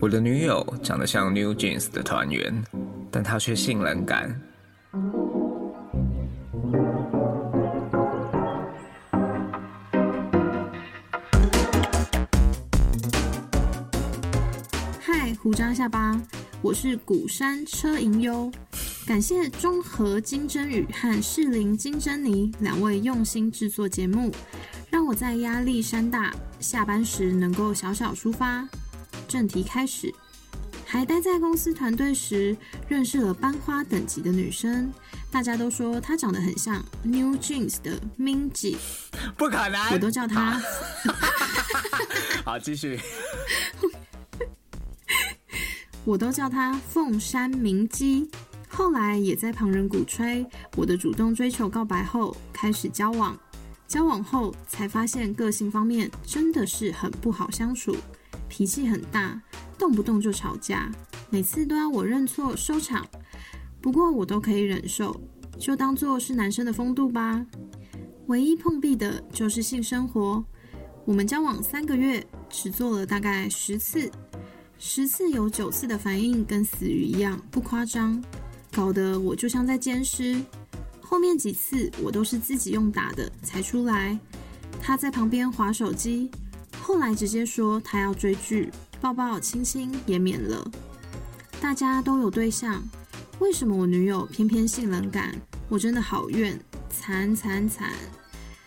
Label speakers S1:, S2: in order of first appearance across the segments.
S1: 我的女友长得像 New Jeans 的团员，但她却性冷感。
S2: 嗨，胡张下巴，我是古山车银优，感谢中和金针雨和士林金针泥两位用心制作节目，让我在压力山大下班时能够小小抒发。正题开始，还待在公司团队时，认识了班花等级的女生，大家都说她长得很像 New Jeans 的 Minji，
S1: 不可能！
S2: 我都叫她
S1: 好，继续。
S2: 我都叫她凤山明姬。后来也在旁人鼓吹我的主动追求告白后，开始交往。交往后才发现，个性方面真的是很不好相处，脾气很大，动不动就吵架，每次都要我认错收场。不过我都可以忍受，就当做是男生的风度吧。唯一碰壁的就是性生活，我们交往三个月，只做了大概十次，十次有九次的反应跟死鱼一样，不夸张，搞得我就像在监尸。后面几次我都是自己用打的才出来，他在旁边划手机，后来直接说他要追剧，抱抱亲亲也免了。大家都有对象，为什么我女友偏偏性冷感？我真的好怨，惨惨惨！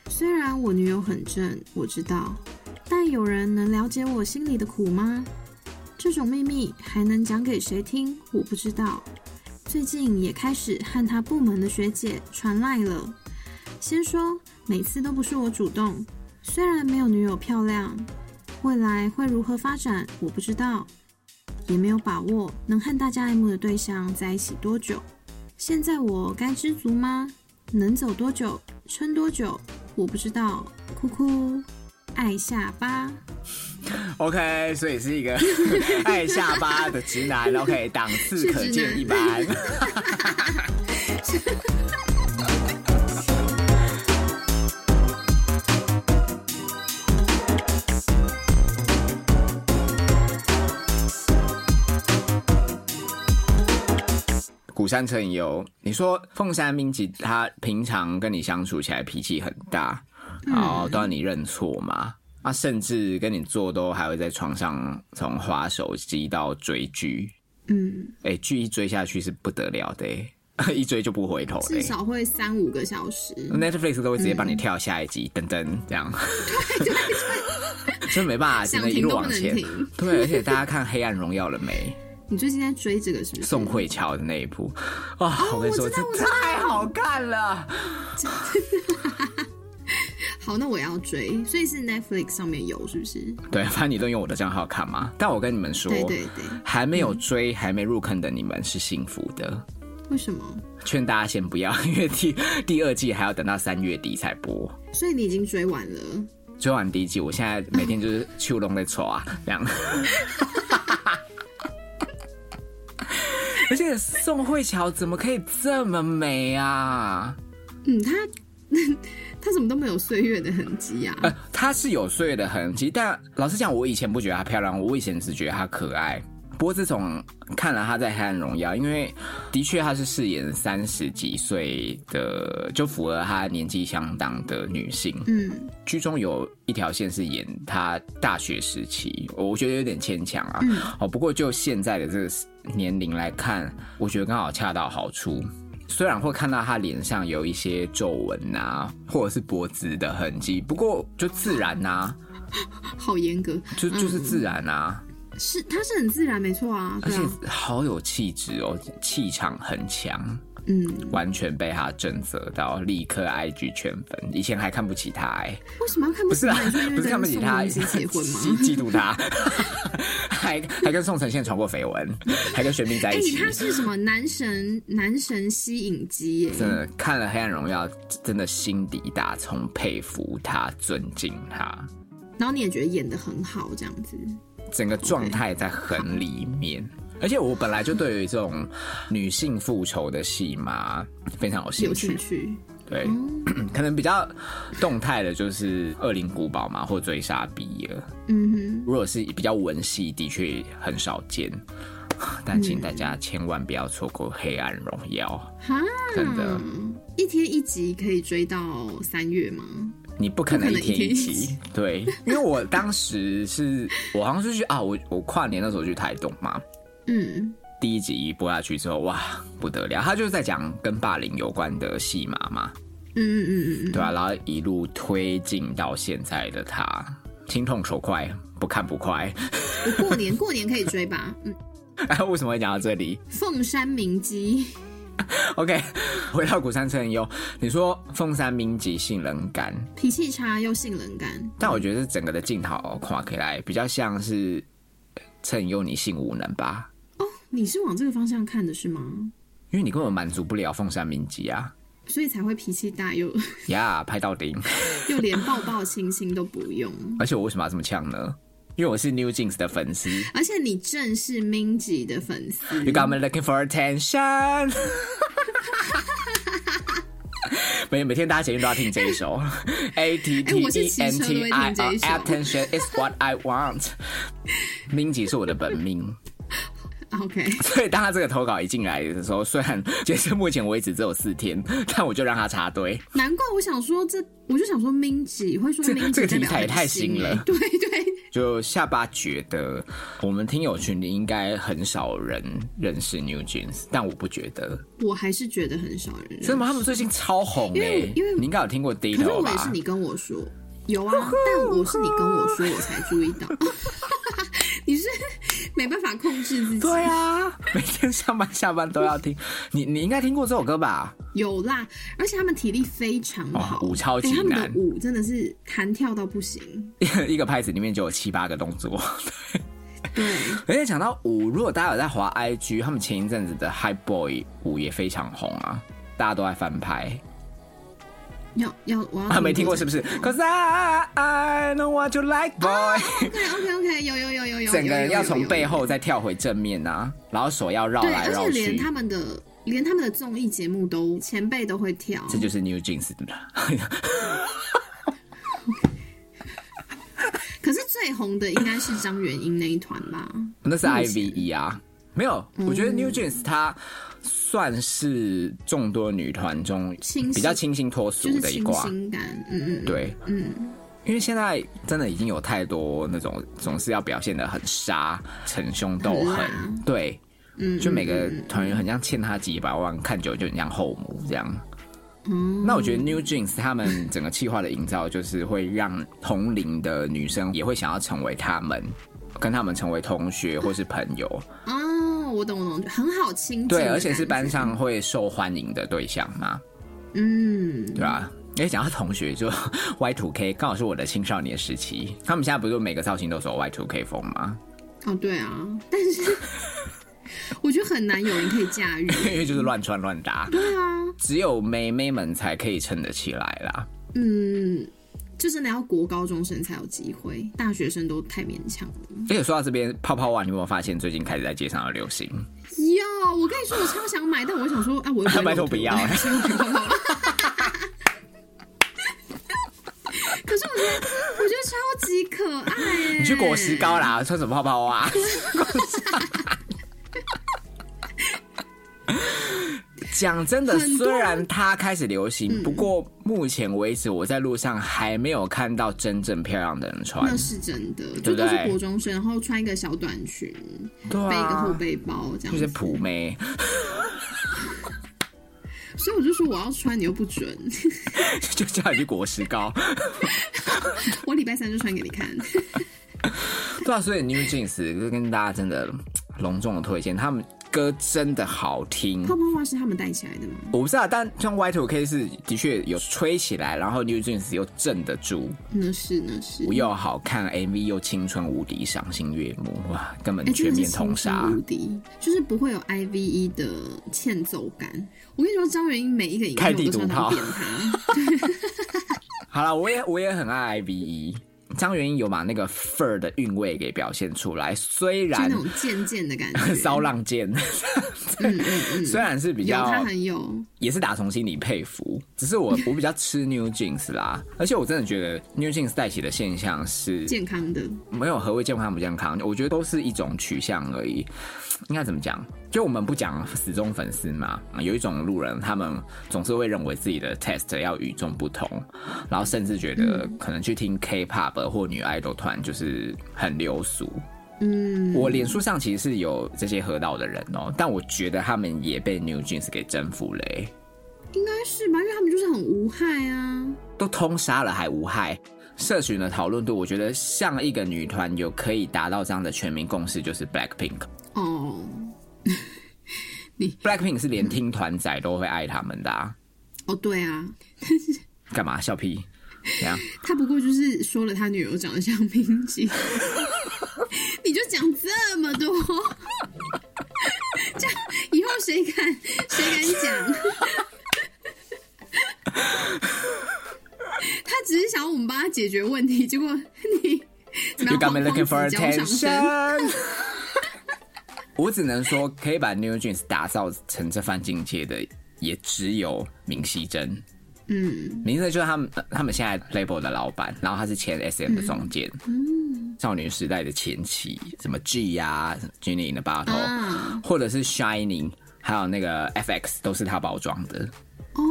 S2: 虽然我女友很正，我知道，但有人能了解我心里的苦吗？这种秘密还能讲给谁听？我不知道。最近也开始和他部门的学姐传赖了。先说，每次都不是我主动，虽然没有女友漂亮，未来会如何发展我不知道，也没有把握能和大家爱慕的对象在一起多久。现在我该知足吗？能走多久，撑多久，我不知道。哭哭，爱下巴。
S1: OK，所以是一 个爱下巴的直男。OK，档次
S2: 是
S1: 可
S2: 直
S1: 见
S2: 男
S1: 一斑。古山车影游，你说凤山明吉他平常跟你相处起来脾气很大，
S2: 嗯
S1: 然后都要你认错嘛，啊，甚至跟你做都还会在床上从划手机到追剧，
S2: 嗯，
S1: 哎、剧一追下去是不得了的、欸， 一追就不回头嘞、
S2: 至少会三五个小时。
S1: Netflix 都会直接帮你跳下一集，噔噔这样， 真没办法，只
S2: 想
S1: 能一
S2: 停
S1: 路
S2: 都
S1: 往
S2: 不能
S1: 前
S2: 停。
S1: 对，而且大家看《黑暗荣耀》了 没？
S2: 你最近在追这个是不是？
S1: 宋慧乔的那一部啊，我跟你说，
S2: 哦我知
S1: 这
S2: 道我知道
S1: 太好看了。
S2: 好，那我也要追，所以是 Netflix 上面有是不是？
S1: 对，反正你都用我的账号看嘛。但我跟你们说，
S2: 对对对，
S1: 还没有追、还没入坑的你们是幸福的。
S2: 为什么？
S1: 劝大家先不要， 因为第第二季还要等到三月底才播。
S2: 所以你已经追完了，
S1: 追完第一季，我现在每天就是秋龙在抓这样。而且宋慧乔怎么可以这么美啊？
S2: 嗯，他 他怎么都没有岁月的痕迹啊呀、
S1: 呃，她是有岁月的痕迹，但老实讲，我以前不觉得她漂亮，我以前只觉得她可爱。不过自从看了她在《黑暗荣耀》，因为的确她是饰演三十几岁的，就符合她年纪相当的女性。
S2: 嗯
S1: 剧中有一条线是演她大学时期，我觉得有点牵强啊。哦，不过就现在的这个年龄来看，我觉得刚好恰到好处。虽然会看到她脸上有一些皱纹啊，或者是脖子的痕迹，不过就自然呐、
S2: 好严格，
S1: 就就是自然啊，
S2: 是他是很自然，没错啊，
S1: 而
S2: 对
S1: 且
S2: 啊，
S1: 好有气质哦，气场很强，
S2: 嗯，
S1: 完全被她震慑到，立刻 IG 圈粉。以前还看不起她、哎。
S2: 为什么要看
S1: 不
S2: 不起
S1: 是啊
S2: 他？你说因，
S1: 不
S2: 为
S1: 是看不起
S2: 跟
S1: 他，
S2: 宋仲基结婚吗？
S1: 嫉嫉妒他，还还跟宋承宪传过绯闻，还跟玄彬在
S2: 哎、
S1: 一起。
S2: 他是什么男神男神吸引机耶？
S1: 真的看了《黑暗荣耀》，真的心底打从佩服他、尊敬他，
S2: 然后你也觉得演的很好，这样子，
S1: 整个状态在很里面。而且我本来就对于这种女性复仇的戏嘛非常有兴
S2: 有
S1: 趣
S2: 兴，趣？嗯哦
S1: 对，嗯可能比较动态的就是《恶灵古堡》嘛，或《追杀比尔》。
S2: 嗯
S1: 如果是比较文系，的确很少见。 但请大家千万不要错过《黑暗荣耀
S2: 哈，
S1: 真的，
S2: 一天一集可以追到三月吗？》，
S1: 你不可能一天一
S2: 不可能一天一
S1: 集。对，因为我当时是我好像是去啊，我我跨年那时候去台东嘛，
S2: 嗯，
S1: 第一集一播下去之后，哇，不得了！他就是在讲跟霸凌有关的戏码嘛，
S2: 嗯嗯嗯嗯嗯，
S1: 对啊吧、然后一路推进到现在的他，心痛手快，不看不快。
S2: 我嗯过年过年可以追吧？嗯，
S1: 哎，为什么会讲到这里
S2: 凤山明基，
S1: ？OK，回 到古山春优，你说凤山明吉性冷感，
S2: 脾气差又性冷感，
S1: 但我觉得整个的镜头看起来比较像是趁优你性无能吧，
S2: 哦你是往这个方向看的是吗？
S1: 因为你根本满足不了凤山明吉啊，
S2: 所以才会脾气大又
S1: 呀、拍到顶。
S2: 又连抱抱亲亲都不用，
S1: 而且我为什么要这么呛呢？因为我是 New Jeans 的粉丝。
S2: 而且你正是 Minji 的粉丝
S1: You，got me looking for attention 每每天大家捷运都要听这一首，A T
S2: 哎
S1: T
S2: 我是
S1: E
S2: 骑
S1: N
S2: 车都
S1: T
S2: 会
S1: I
S2: 听这
S1: R
S2: 一首
S1: attention is what I want。明姐是我的本命，
S2: OK，
S1: 所以当他这个投稿一进来的时候，虽然截至目前为止只有四天，但我就让他插队。
S2: 难怪我想说这，我就想说 Minji 会说
S1: 这
S2: Minji
S1: 这个
S2: 代
S1: 题
S2: 表
S1: 材也
S2: 很
S1: 太
S2: 新
S1: 新了
S2: 欸对对，
S1: 就下巴觉得我们听友群里应该很少人认识 New Jeans，但我不觉得。
S2: 我还是觉得很少人认识
S1: 所以嘛，他们最近超红哎、
S2: 因为因为
S1: 你应该有听过
S2: 可是
S1: Dito
S2: 我
S1: 吧？
S2: 也是你跟我说，有啊，但我是你跟我说，我才注意到。 你是没办法控制自己，
S1: 对啊，每天上班下班都要听。你你应该听过这首歌吧？
S2: 有啦，而且他们体力非常好，
S1: 哦舞超级
S2: 哎他们的
S1: 难
S2: 舞真的是弹跳到不行。
S1: 一个拍子里面就有七八个动作。
S2: 对，
S1: 而且讲到舞，如果大家有在滑 IG，他们前一阵子的 High Boy 舞也非常红啊，大家都在翻拍。
S2: 要要我要
S1: 啊，没听 过是不是？Cause
S2: 嗯
S1: I I know what you like, boy。
S2: ？OK OK OK，有有有啊有有，
S1: 整个人
S2: 有
S1: 要从背。
S2: 有有有有
S1: 后再跳回正面啊，然后手要绕
S2: 对，
S1: 来
S2: 而
S1: 绕
S2: 且连
S1: 去。
S2: 他们的连他们的综艺节目都前辈都会跳，
S1: 这就是 New Jeans 的。
S2: 可是最红的应该是张元英那一团 吧？
S1: 那是 I V E 啊，没有，
S2: 嗯
S1: 我觉得 New Jeans 它算是众多女团中
S2: 清新
S1: 比较清新脱
S2: 就
S1: 俗
S2: 是
S1: 的一
S2: 清
S1: 挂，
S2: 新感，嗯嗯嗯，
S1: 对，嗯，因为现在真的已经有太多那种总是要表现的很杀、逞凶斗
S2: 很
S1: 狠
S2: 辣，
S1: 对，嗯，就每个团员很像欠他几百万，看久就很像后母这
S2: 嗯
S1: 样。那我觉得 New Jeans 他们整个企划的营造，就是会让同龄的女生也会想要成为他们，跟他们成为同学或是朋友，
S2: 哦，我懂我懂，很好亲近的感觉，
S1: 对，而且是班上会受欢迎的对象嘛，
S2: 嗯，
S1: 对吧、因为讲到同学就 Y two K，刚好是我的青少年时期。他们现在不是每个造型都走 Y two K 风吗？
S2: 哦对啊，但是我觉得很难有人可以驾驭，
S1: 因为就是乱穿乱搭，
S2: 对啊，
S1: 只有妹妹们才可以撑得起来啦。
S2: 嗯，就真的要国高中生才有机会，大学生都太勉强了。
S1: 而且说到这边，泡泡袜，你有没有发现最近开始在街上有流行？
S2: 有，我跟你说，我超想买，但我想说，啊，我又 不会
S1: 拜托
S2: 露腿
S1: 不要
S2: 我还是不要好了 可是我觉得，我觉得超级可爱耶！
S1: 你 去果实高
S2: 嗯
S1: 啦，穿什么泡泡啊 袜？讲真的，
S2: 很多嗯
S1: 虽然它开始流行，不过目前为止，我在路上还没有看到真正漂亮的人穿
S2: 那。是真的，
S1: 对
S2: 就
S1: 不
S2: 都是
S1: 对
S2: 国中生，然后穿一个小短裙，
S1: 对
S2: 背一个后
S1: 啊，
S2: 背包这
S1: 就是
S2: 样子。
S1: 普妹，
S2: 所以我就说我要穿，你又不准。
S1: 就叫你去果实高。
S2: 我礼拜三就穿给你看。
S1: 对啊，所以 New Jeans 就跟大家真的隆重的推荐，他们歌真的好听。
S2: 泡泡袜是他们带起来的吗？
S1: 我不知道，但像 Y Two K 是的确有吹起来，然后 New Jeans 又镇得住。
S2: 那是那是。
S1: 舞又好看，MV 又青春无敌，赏心悦目，哇，根本
S2: 哎，
S1: 全
S2: 真的
S1: 面
S2: 是
S1: 通
S2: 青
S1: 杀
S2: 春无。敌，就是不会有 IVE 的欠揍感。我跟你说，张元英每一个影
S1: 开
S2: 片我
S1: 地
S2: 都
S1: 图
S2: 常
S1: 炮
S2: 常扁他。
S1: 好了，我也我也很爱 IVE，张元英有把那个范儿的韵味给表现出来，虽
S2: 就那
S1: 然
S2: 种贱贱的感 觉。
S1: 骚浪贱，
S2: 嗯嗯嗯，
S1: 虽然是比
S2: 有
S1: 较
S2: 他很有，
S1: 也是打从心里佩服，只是我我比较吃 New Jeans 啦，而且我真的觉得 New Jeans 带起的现象是
S2: 健康的，
S1: 没有何谓健康不健康，我觉得都是一种取向而已。应该怎么讲？就我们不讲死忠粉丝嘛，有一种路人，他们总是会认为自己的 test 要与众不同，然后甚至觉得可能去听 K-pop 或女爱豆团就是很流俗。
S2: 嗯，
S1: 我脸书上其实是有这些河道的人哦、但我觉得他们也被 New Jeans 给征服嘞、
S2: 应该是吧，因为他们就是很无害啊。
S1: 都通杀了还无害。社群的讨论度，我觉得像一个女团有可以达到这样的全民共识，就是 Blackpink。
S2: 哦，
S1: Blackpink 是连听团仔都会爱他们的、啊，
S2: 哦，对啊，
S1: 干嘛笑屁？怎 样？
S2: 他不过就是说了他女友长得像冰 淇，你就讲这么多，这样以后谁敢谁敢讲？他只是想要我们帮他解决问题，结果你怎么
S1: You
S2: 样
S1: got
S2: 慌
S1: me looking
S2: 慌
S1: for
S2: 死脚上身？
S1: attention 。 我只能说，可以把 New Jeans 打造成这番境界的，也只有明熙珍。
S2: 嗯，
S1: 明熙珍就是他们，呃他们现在 label 的老板，然后他是前 SM 的总监，
S2: 嗯
S1: 少女时代的前期，什么 G 呀、啊、Jennie in the Bottle，、
S2: 啊
S1: 或者是 Shining，还有那个 FX 都是他包装的。
S2: 哦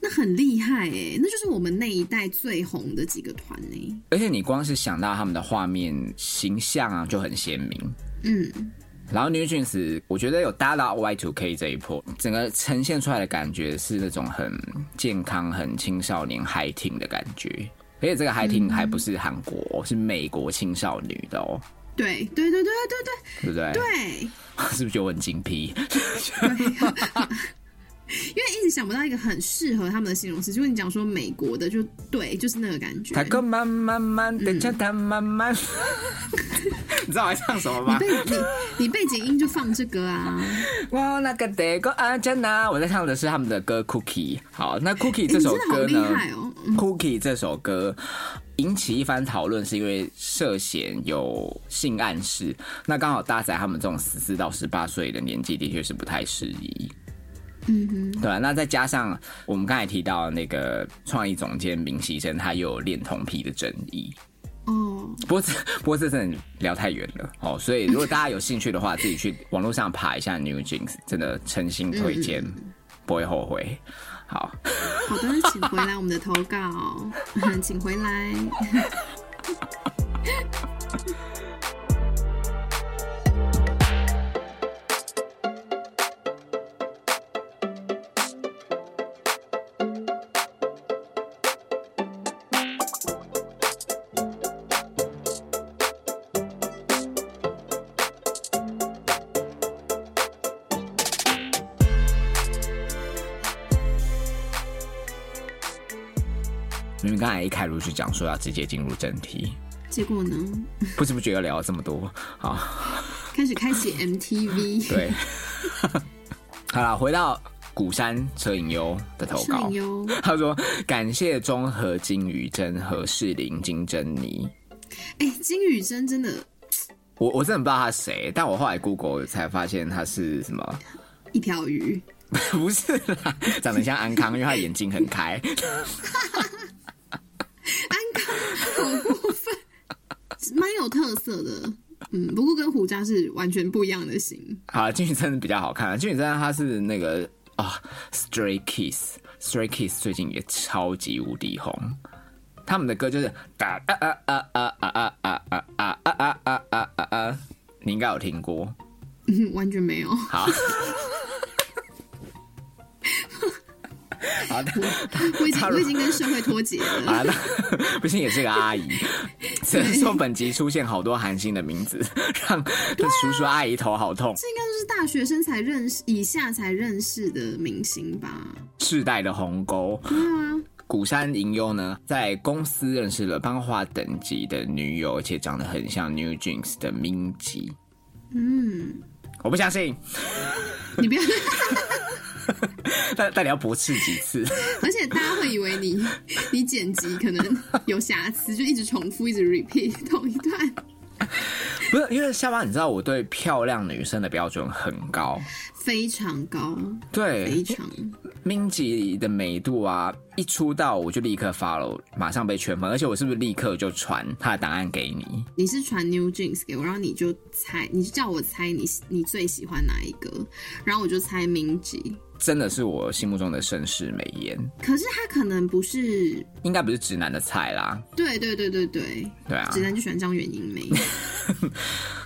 S2: 那很厉害哎、那就是我们那一代最红的几个团欸呢、
S1: 而且你光是想到他们的画面形象啊，就很鲜明。
S2: 嗯，
S1: 然后 New Jeans，我觉得有搭到 Y Two K 这一波，整个呈现出来的感觉是那种很健康、很青少年 high teen 的感觉。而且这个 high teen 还不是韩国哦、是美国青少女的哦，
S2: 对对对对
S1: 对
S2: 对对
S1: 不对？
S2: 对，
S1: 是不是就很精辟？
S2: 因为一直想不到一个很适合他们的形容词，就是你讲说美国的，就对，就是那个感觉。
S1: 他哥慢慢慢的叫他慢慢， 你知道我在唱什么吗
S2: 背？你你背景音就放这个啊，
S1: 我那个得个阿珍呐，我在唱的是他们的歌《Cookie》。好，那《Cookie》
S2: 诶
S1: 这
S2: 你
S1: 首
S2: 真的好
S1: 歌
S2: 厉
S1: 呢，
S2: 害哦！
S1: Cookie》这首歌引起一番讨论，是因为涉嫌有性暗示。那刚好搭载他们这种十四到十八岁的年纪，的确是不太适宜。
S2: 嗯哼，
S1: 对啊，那再加上我们刚才提到那个创意总监明熙生，他又有恋童癖的争议。
S2: 哦，
S1: 不过这 不过这真的聊太远了哦，所以如果大家有兴趣的话，自己去网络上爬一下 New Jeans，真的诚心推荐，不会后悔。好，
S2: 好的，请回来我们的投稿，嗯请回来。
S1: 你们刚才一开始就讲说要直接进入正题，
S2: 结果呢，
S1: 不知不觉又聊了这么多。好，
S2: 开始开 启 MTV，
S1: 对，好啦，回到古山车影优的投
S2: 摄
S1: 稿
S2: 影，哟。
S1: 他说感谢中和金宇珍和士林金珍妮。
S2: 哎、金宇珍真的
S1: 我我真的不知道他是谁，但我后来 Google 才发现他是什么
S2: 一条鱼，
S1: 不是啦，长得像安康，因为他眼睛很开。
S2: 蛮有特色的。嗯，不过跟胡渣是完全不一样的型。
S1: 好，金宇镇比较好看，金宇镇他是那个啊、s t r a y Kids，Stray Kids 最近也超级无敌红。他们的歌就是哒啊啊啊啊啊啊啊啊啊啊啊啊啊啊啊，你应该有听过。
S2: 嗯，完全没有。
S1: 好，好的，
S2: 我已经我已经跟社会脱节了。
S1: 啊，那不行，也是个阿姨。只能说本集出现好多韩星的名字，让叔叔阿姨头好痛。
S2: 这应该就是大学生才认识，以下才认识的明星吧？
S1: 世代的鸿沟。
S2: 对啊，
S1: 古山银优呢，在公司认识了漫画等级的女友，而且长得很像 New Jeans 的明吉。
S2: 嗯，
S1: 我不相信，
S2: 你不要，
S1: 但但你要驳斥几次？
S2: 而且大家会以为你你剪辑可能有瑕疵，就一直重复，一直 repeat 同一段。
S1: 不是因为下巴，你知道我对漂亮女生的标准很高，
S2: 非常高，非
S1: 对
S2: 常。
S1: min 姐的美度啊，一出道我就立刻 follow，马上被圈粉，而且我是不是立刻就传她的答案给你？
S2: 你是传 New Jeans 给我，然后你就猜，你就叫我猜你你最喜欢哪一个，然后我就猜明吉。
S1: 真的是我心目中的绅士美颜，
S2: 可是他可能不是，
S1: 应该不是直男的菜啦，
S2: 对对对对对，
S1: 对啊
S2: 直，男就喜欢张元英梅。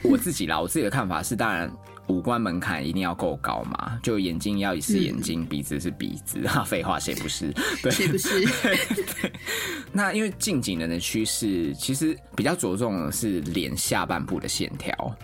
S1: 我自己啦，我自己的看法是，当然五官门槛一定要够高嘛，就眼睛要是眼睛，鼻子是鼻子，哈，废话谁不是？对，
S2: 谁不是？
S1: 那因为近几年的趋势，其实比较着重的是脸下半部的线条，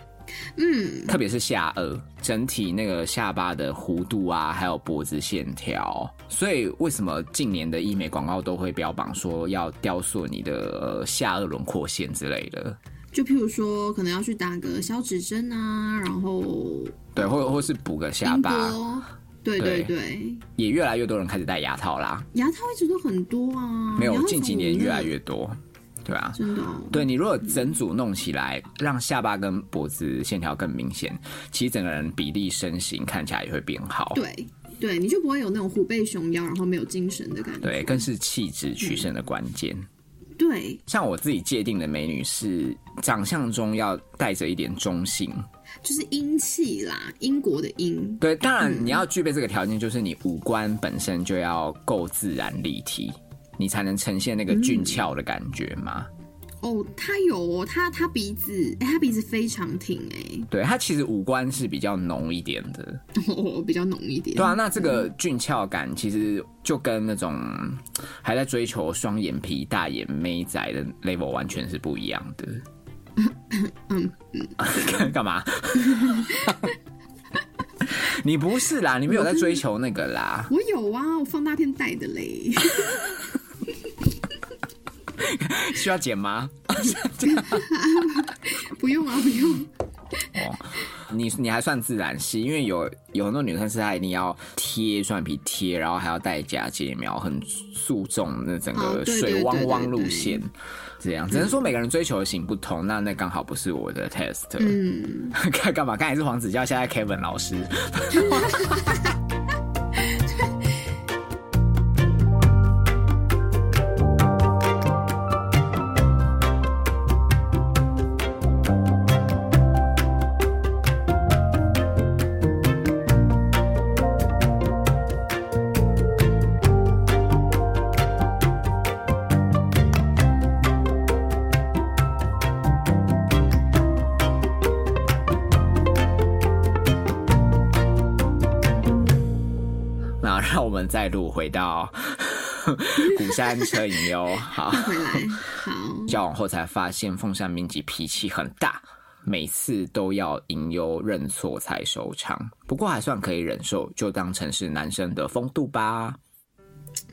S2: 嗯，
S1: 特别是下颚整体那个下巴的弧度啊，还有脖子线条。所以为什么近年的医美广告都会标榜说要雕塑你的呃下颚轮廓线之类的？
S2: 就譬如说，可能要去打个消脂针啊，然后
S1: 对，或或是补个下
S2: 音
S1: 巴，
S2: 波，对对
S1: 对
S2: 对，
S1: 也越来越多人开始戴牙套啦。
S2: 牙套一直都很多啊，
S1: 没有
S2: 牙，套
S1: 近几年
S2: 很
S1: 越来
S2: 多
S1: 越多，对啊。
S2: 真的哦、
S1: 对你如果整组弄起来，让下巴跟脖子线条更明显，其实整个人比例身形看起来也会变好。
S2: 对对，你就不会有那种虎背熊腰，然后没有精神的感觉。
S1: 对，更是气质取胜的关键。
S2: 对，
S1: 像我自己界定的美女是长相中要带着一点中性，
S2: 就是英气啦，英国的英。
S1: 对，当然你要具备这个条件，就是你五官本身就要够自然立体，你才能呈现那个俊俏的感觉嘛。
S2: 哦，他有哦，他他鼻子，哎、他鼻子非常挺哎、
S1: 对，它其实五官是比较浓一点的，
S2: 哦，比较浓一点。
S1: 对啊，那这个俊俏感其实就跟那种嗯还在追求双眼皮、大眼妹仔的 level 完全是不一样的。 嗯，干嘛？ 你不是啦，你没有在追求那个啦，
S2: 我有啊，我放大片带的嘞，
S1: 需要剪吗？
S2: 不用啊，不用。
S1: 你你还算自然系，因为有有很多女生是她一定要贴双眼皮贴，然后还要戴假睫毛，很注重那整
S2: 哦
S1: 个
S2: 对对
S1: 水汪汪
S2: 对对
S1: 路
S2: 对嗯
S1: 线。这样，只能说每个人追求的型不同，那那刚好不是我的 test。
S2: 嗯，
S1: 干干嘛？刚才是黄子佼，现在 Kevin 老师。那让我们再度回到 鼓山车影优。好，
S2: 带回来。好，
S1: 交往后才发现凤山明吉脾气很大，每次都要隐忧认错才收场。不过还算可以忍受，就当成是男生的风度吧。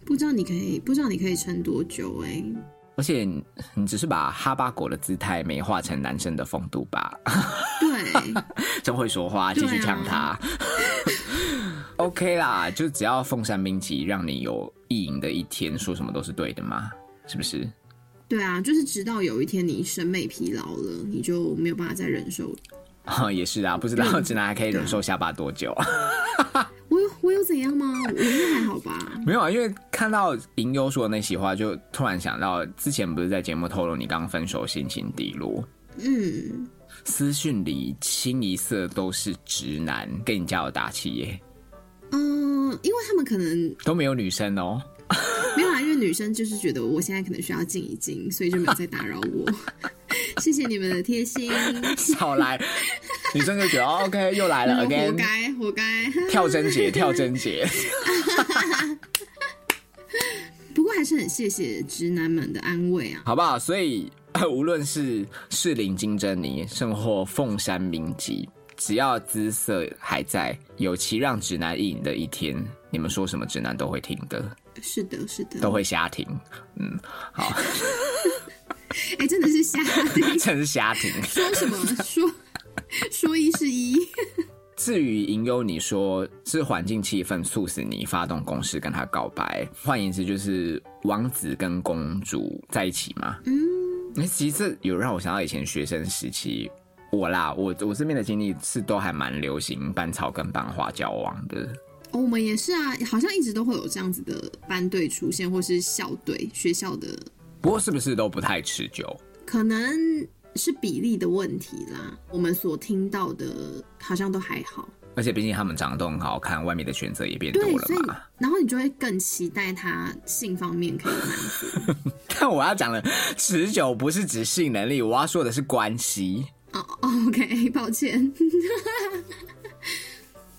S2: 不知道你可以，不知道你可以撑多久哎、
S1: 而且你你只是把哈巴狗的姿态美化成男生的风度吧。
S2: 对，
S1: 真会说话，继续呛他。OK 啦，就只要凤山冰淇让你有意淫的一天，说什么都是对的嘛，是不是？
S2: 对啊，就是直到有一天你审美疲劳了，你就没有办法再忍受。
S1: 也是啊，不知道直男还可以忍受下巴多久。
S2: 我有我有怎样吗？我应该还好吧。
S1: 没有啊，因为看到银优说的那席话，就突然想到之前不是在节目透露你刚分手心情低落，
S2: 嗯，
S1: 私讯里清一色都是直男给你加油打气耶，
S2: 嗯，因为他们可能
S1: 都没有女生哦。
S2: 没有啊，因为女生就是觉得我现在可能需要静一静，所以就没有再打扰我。谢谢你们的贴心，
S1: 少来，女生就觉得、哦、OK 又来
S2: 你
S1: 了
S2: 们活
S1: again，
S2: 该，活该。
S1: 跳针节，跳针节。
S2: 不过还是很谢谢直男们的安慰啊。
S1: 好不好？所以无论是士林金针泥，甚或凤山名吉，只要姿色还在，有其让直男意淫的一天，你们说什么直男都会听的，
S2: 是的，是的
S1: 都，会瞎听，
S2: 哎、真的是瞎的
S1: 真是瞎听。
S2: 说什么说说一是一。
S1: 至于引诱你说是环境气氛促使你发动攻势跟他告白，换言之就是王子跟公主在一起嘛。
S2: 嗯，
S1: 那其实这有让我想到以前学生时期，我啦，我我身边的经历是都还蛮流行班草跟班花交往的。
S2: 哦我们也是啊，好像一直都会有这样子的班队出现，或是校队、学校的，
S1: 不过是不是都不太持久？
S2: 可能是比例的问题啦。我们所听到的好像都还好，
S1: 而且毕竟他们长得都很好看，外面的选择也变多
S2: 对，
S1: 了
S2: 所以
S1: 嘛。
S2: 然后你就会更期待他性方面可以满足。
S1: 但我要讲的持久不是指性能力，我要说的是关系。
S2: 哦、o k 抱歉，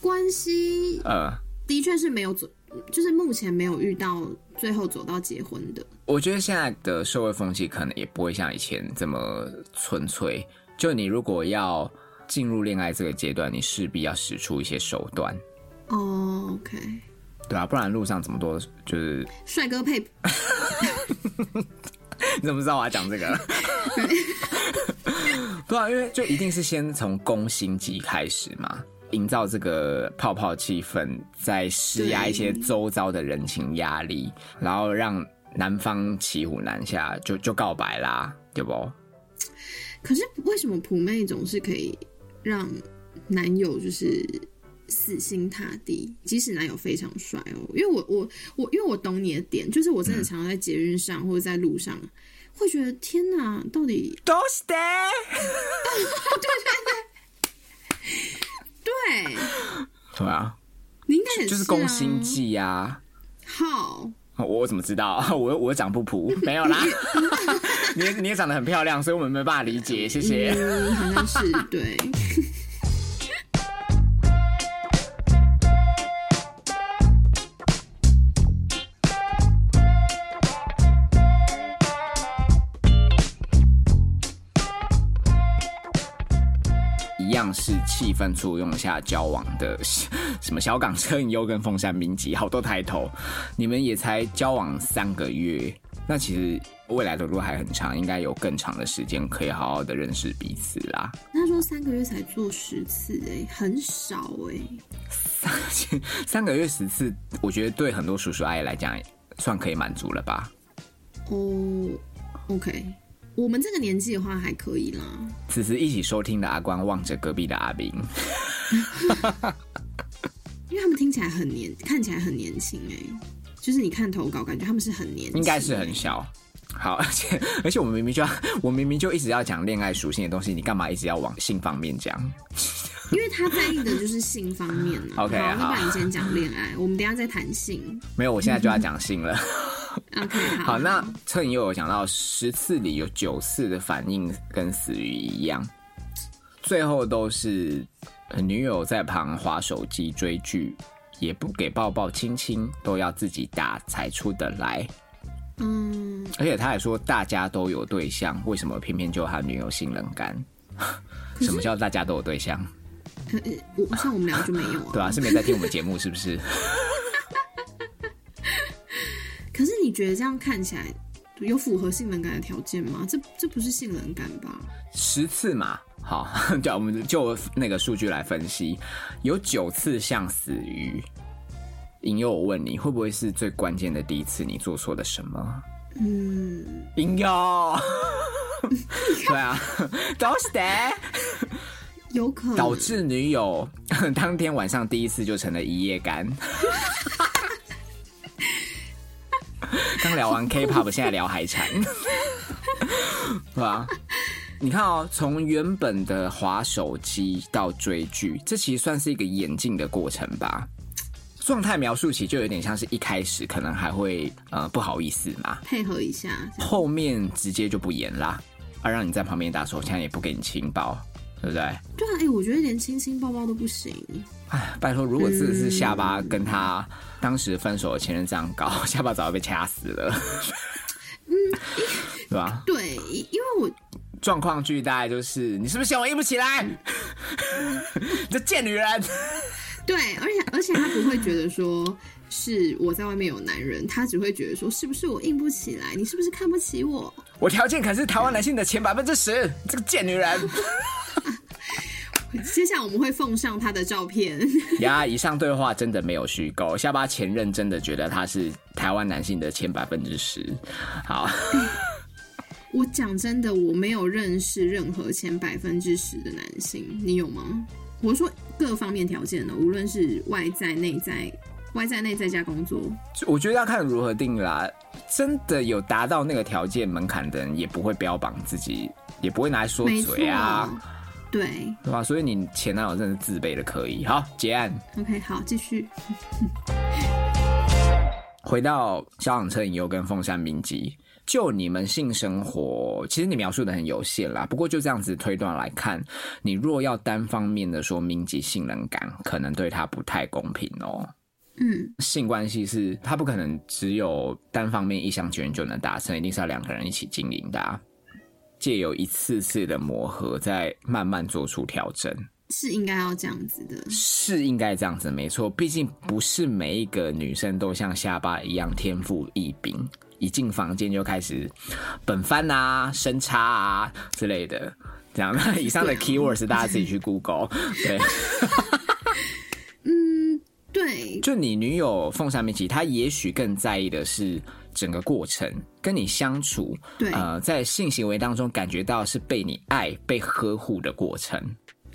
S2: 关系
S1: 呃，
S2: 的确是没有走，就是目前没有遇到最后走到结婚的。
S1: 我觉得现在的社会风气可能也不会像以前这么纯粹。就你如果要进入恋爱这个阶段，你势必要使出一些手段，
S2: 哦、o k
S1: 对啊，不然路上这么多就是
S2: 帅哥配
S1: 你怎么知道我要讲这个？ 对啊，因为就一定是先从攻心计开始嘛，营造这个泡泡气氛，再施压一些周遭的人情压力，然后让男方骑虎难下，就就告白啦，对不？
S2: 可是为什么普妹总是可以让男友就是死心塌地，即使男友非常帅哦？因为我我我，因为我懂你的点，就是我真的常常在捷运上、或者在路上，会觉得天哪，到底
S1: 都是的，
S2: 对
S1: 对啊，
S2: 你应该也
S1: 就是
S2: 啊
S1: 攻心计呀、啊。
S2: 好。
S1: 我我怎么知道？ 我我长不 普，没有啦。 你也你也长得很漂亮，所以我们没办法理解，谢谢。
S2: 嗯，好像是对。
S1: 一样是气氛簇拥下交往的 什么小港车影优跟凤山民集，好多抬头。你们也才交往三个月，那其实未来的路还很长，应该有更长的时间可以好好的认识彼此啦。
S2: 他说三个月才做十次、哎，很少哎、
S1: 三 个月十次，我觉得对很多叔叔阿姨来讲，算可以满足了吧？
S2: 哦、o k 我们这个年纪的话还可以啦。
S1: 此时一起收听的阿光望着隔壁的阿明，
S2: 因为他们听起来很年，看起来很年轻哎、就是你看投稿，感觉他们是很年轻，欸
S1: 应该是很小。好， 而且而且我明明就要，我明明就一直要讲恋爱属性的东西，你干嘛一直要往性方面讲？
S2: 因为他在意的就是性方面啊。
S1: OK，
S2: 好，那
S1: 好
S2: 不然你先讲恋爱，我们等一下再谈性。
S1: 没有，我现在就要讲性了。
S2: OK，好。
S1: 好，那车影又有讲到十次里有九次的反应跟死鱼一样，最后都是、呃女友在旁划手机追剧，也不给抱抱亲亲，都要自己打才出得来。
S2: 嗯，
S1: 而且他还说大家都有对象，为什么偏偏就他女友性冷感？ 什么叫大家都有对象？
S2: 可呃我像我们俩就没有啊。
S1: 对啊，是没在听我们节目是不是？
S2: 可是你觉得这样看起来有符合性冷感的条件吗？这这不是性冷感吧？
S1: 十次嘛，好， 对啊，我们就那个数据来分析，有九次像死鱼。引诱我问你，会不会是最关键的第一次你做错了什么？
S2: 嗯，
S1: 引诱， 对啊， 都是的，
S2: 有可能。
S1: 导致女友 当天晚上第一次就成了一夜干。 刚聊完 K-pop，现在聊海产， 对啊？你看哦，从原本的划手机到追剧，这其实算是一个演进的过程吧。状态描述起就有点像是一开始可能还会呃不好意思嘛，
S2: 配合一下，
S1: 后面直接就不演啦，啊让你在旁边打手枪也不给你亲抱，对不对？
S2: 对啊，哎、我觉得连亲亲抱抱都不行。
S1: 哎，拜托，如果真的是下巴跟他当时分手的前任这样搞，下巴早就被掐死了， 对吧？
S2: 对，因为我
S1: 状况剧大概就是，你是不是嫌我硬不起来？你 这贱女人！
S2: 对，而且而且他不会觉得说是我在外面有男人，他只会觉得说是不是我硬不起来，你是不是看不起我？
S1: 我条件可是台湾男性的前百分之十，这个贱女人！
S2: 接下来我们会奉上他的照片。
S1: 呀，以上对话真的没有虚构，下巴前任真的觉得他是台湾男性的前百分之十。好，
S2: 我讲真的，我没有认识任何前百分之十的男性，你有吗？我说各方面条件呢，无论是外在、内在、外在、内在加工作，
S1: 就我觉得要看如何定啦。真的有达到那个条件门槛的人，也不会标榜自己，也不会拿来说
S2: 没错
S1: 嘴啊，，
S2: 对
S1: 对吧？所以你前男友真的是自卑的可以。好，结案。
S2: ，OK，好，继续，
S1: 回到小港车影优跟凤山明基，就你们性生活，其实你描述的很有限啦。不过就这样子推断来看，你若要单方面的说明基性能感，可能对他不太公平哦。
S2: 嗯，
S1: 性关系是他不可能只有单方面一厢情愿就能达成，一定是要两个人一起经营的、啊，借由一次次的磨合，再慢慢做出调整。
S2: 是应该要这样子的，
S1: 是应该这样子，没错。毕竟不是每一个女生都像下巴一样天赋异禀，一进房间就开始本番啊、深插啊之类的。这样，那以上的 keywords 大家自己去 Google。对，
S2: 对，
S1: 就你女友凤山美琪，她也许更在意的是整个过程，跟你相处，
S2: 对
S1: 呃，在性行为当中感觉到是被你爱、被呵护的过程。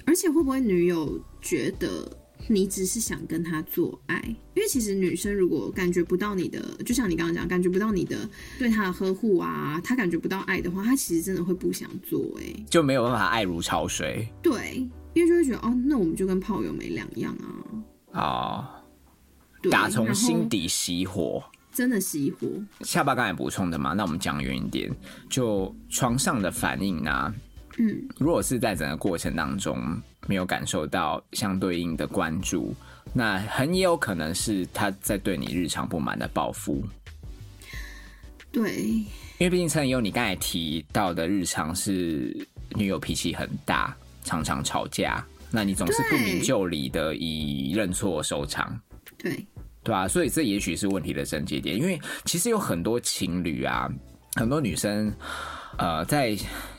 S2: 而且会不会女友觉得你只是想跟她做爱？因为其实女生如果感觉不到你的，就像你刚刚讲，感觉不到你的对她的呵护啊，她感觉不到爱的话，她其实真的会不想做、欸。哎，
S1: 就没有办法爱如潮水
S2: 对，因为就会觉得哦，那我们就跟炮友没两样啊。
S1: 哦，
S2: 对，
S1: 打从心
S2: 然后
S1: 底熄火。
S2: 真的熄火，
S1: 下巴刚才补充的嘛，那我们讲远一点，就床上的反应啊，
S2: 嗯，
S1: 如果是在整个过程当中没有感受到相对应的关注，那很也有可能是他在对你日常不满的报复。
S2: 对，
S1: 因为毕竟陈友你刚才提到的日常是女友脾气很大，常常吵架，那你总是不明
S2: 对
S1: 就里的以认错收场。
S2: 对，
S1: 对啊，所以这也许是问题的症结点，因为其实有很多情侣啊，很多女生，呃，在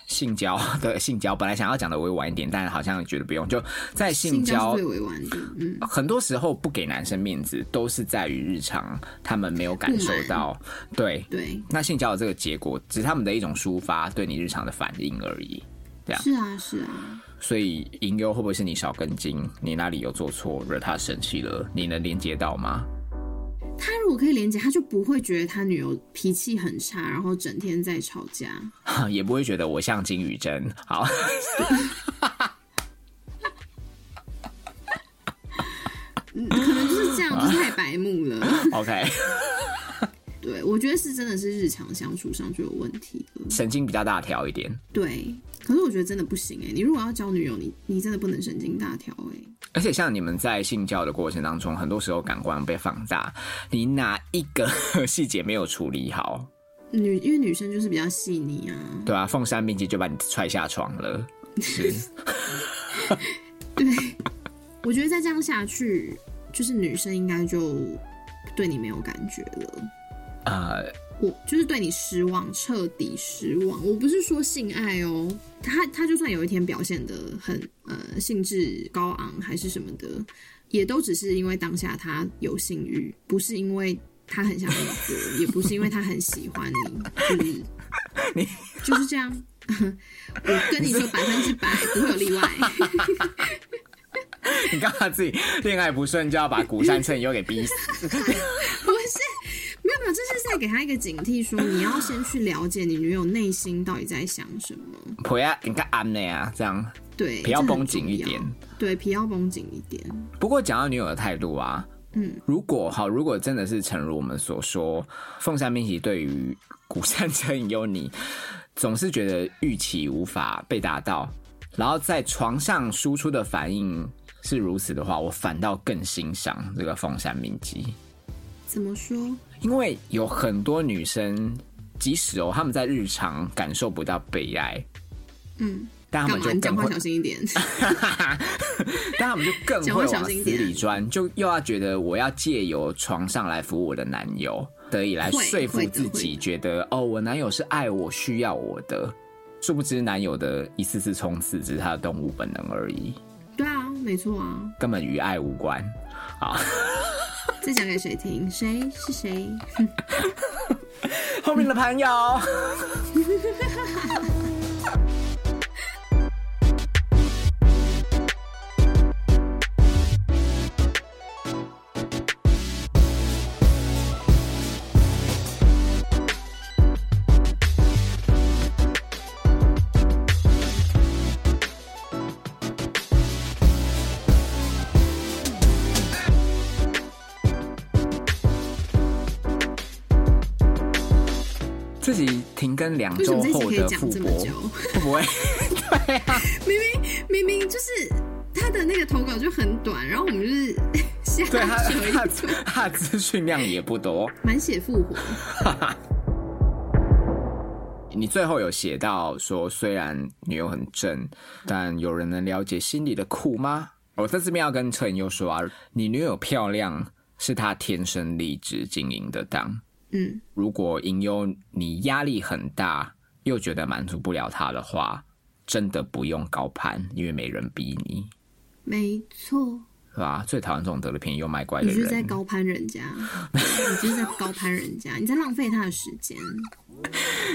S1: 性交的性交，本来想要讲的委婉一点，但好像觉得不用，就在性
S2: 性
S1: 交
S2: 交是最委婉的，嗯，
S1: 很多时候不给男生面子，都是在于日常他们没有感受到，对，
S2: 对，
S1: 那性交的这个结果只是他们的一种抒发，对你日常的反应而已。这样
S2: 是啊，是啊，
S1: 所以银优会不会是你少根筋？你哪里有做错，惹他生气了？你能连接到吗？
S2: 他如果可以连接，他就不会觉得他女友脾气很差，然后整天在吵架。
S1: 也不会觉得我像金宇珍。好，
S2: 可能就是这样，就是太白目 了。
S1: OK，
S2: 对，我觉得是真的是日常相处上就有问题了。
S1: 神经比较大条一点，
S2: 对，可是我觉得真的不行哎、你如果要交女友，你你真的不能神经大条哎、
S1: 而且像你们在性交的过程当中，很多时候感官被放大，你哪一个 细节没有处理好，
S2: 女因为女生就是比较细腻啊，
S1: 对吧、凤山冰姐就把你踹下床了，是
S2: 我觉得再这样下去，就是女生应该就对你没有感觉了。
S1: 呃，
S2: 我就是对你失望，彻底失望。我不是说性爱哦，他他就算有一天表现的很呃兴致高昂还是什么的，也都只是因为当下他有性欲，不是因为他很想你做，也不是因为他很喜欢你，就是你就是这样。我跟你说百分之百不会有例外，
S1: 你干嘛自己恋爱不顺就要把古山趁优给逼死？
S2: 不是。没有没有，这是在给他一个警惕说你要先去了解你女友内心到底在想什么。
S1: 不要，你看安内啊，这样
S2: 对，
S1: 比较
S2: 这很
S1: 绷紧一
S2: 重要
S1: 点。
S2: 对，皮要绷紧一点。
S1: 不过讲到女友的态度啊，
S2: 嗯，
S1: 如果好，如果真的是诚如我们所说，凤山冰喜对于古山真影优你，总是觉得预期无法被达到，然后在床上输出的反应是如此的话，我反倒更欣赏这个凤山明基，
S2: 怎么说？
S1: 因为有很多女生，即使哦她们在日常感受不到被爱，
S2: 嗯，
S1: 但她
S2: 干
S1: 们
S2: 嘛？
S1: 就
S2: 你
S1: 更
S2: 讲话
S1: 会
S2: 小心 一点。
S1: 但他们就更会往死里钻，就又要觉得我要借由床上来服务我的男友，得以来说服自
S2: 会会的会
S1: 己，
S2: 的
S1: 觉得哦，我男友是爱我、需要我的。殊不知，男友的一次次冲刺只是他的动物本能而已，
S2: 对啊，没错啊。
S1: 根本与爱无 关。
S2: 再讲给谁听？谁是谁？
S1: 聪明的朋友。自己停更两
S2: 为什
S1: 周
S2: 么这一集
S1: 后
S2: 可以
S1: 的
S2: 讲
S1: 复
S2: 这么
S1: 播，
S2: 久
S1: 会不会？对啊，
S2: 明明明明就是他的那个投稿就很短，然后我们就是 瞎
S1: 对 他
S2: 扯一
S1: 他
S2: 通，
S1: 他的资讯量也不多。
S2: 满血复活。
S1: 你最后有写到说，虽然女友很正，但有人能了解心里的苦吗？我在这边要跟陈颖佑说啊，你女友漂亮是她天生丽质经营得当。
S2: 嗯，
S1: 如果隐忧你压力很大，又觉得满足不了她的话，真的不用高攀，因为没人逼你，
S2: 没错，
S1: 是吧？最讨厌这种得了便宜又卖乖的
S2: 你就是在
S1: 人。
S2: 高攀人家，你就是在高攀人家，你在浪费他的时间。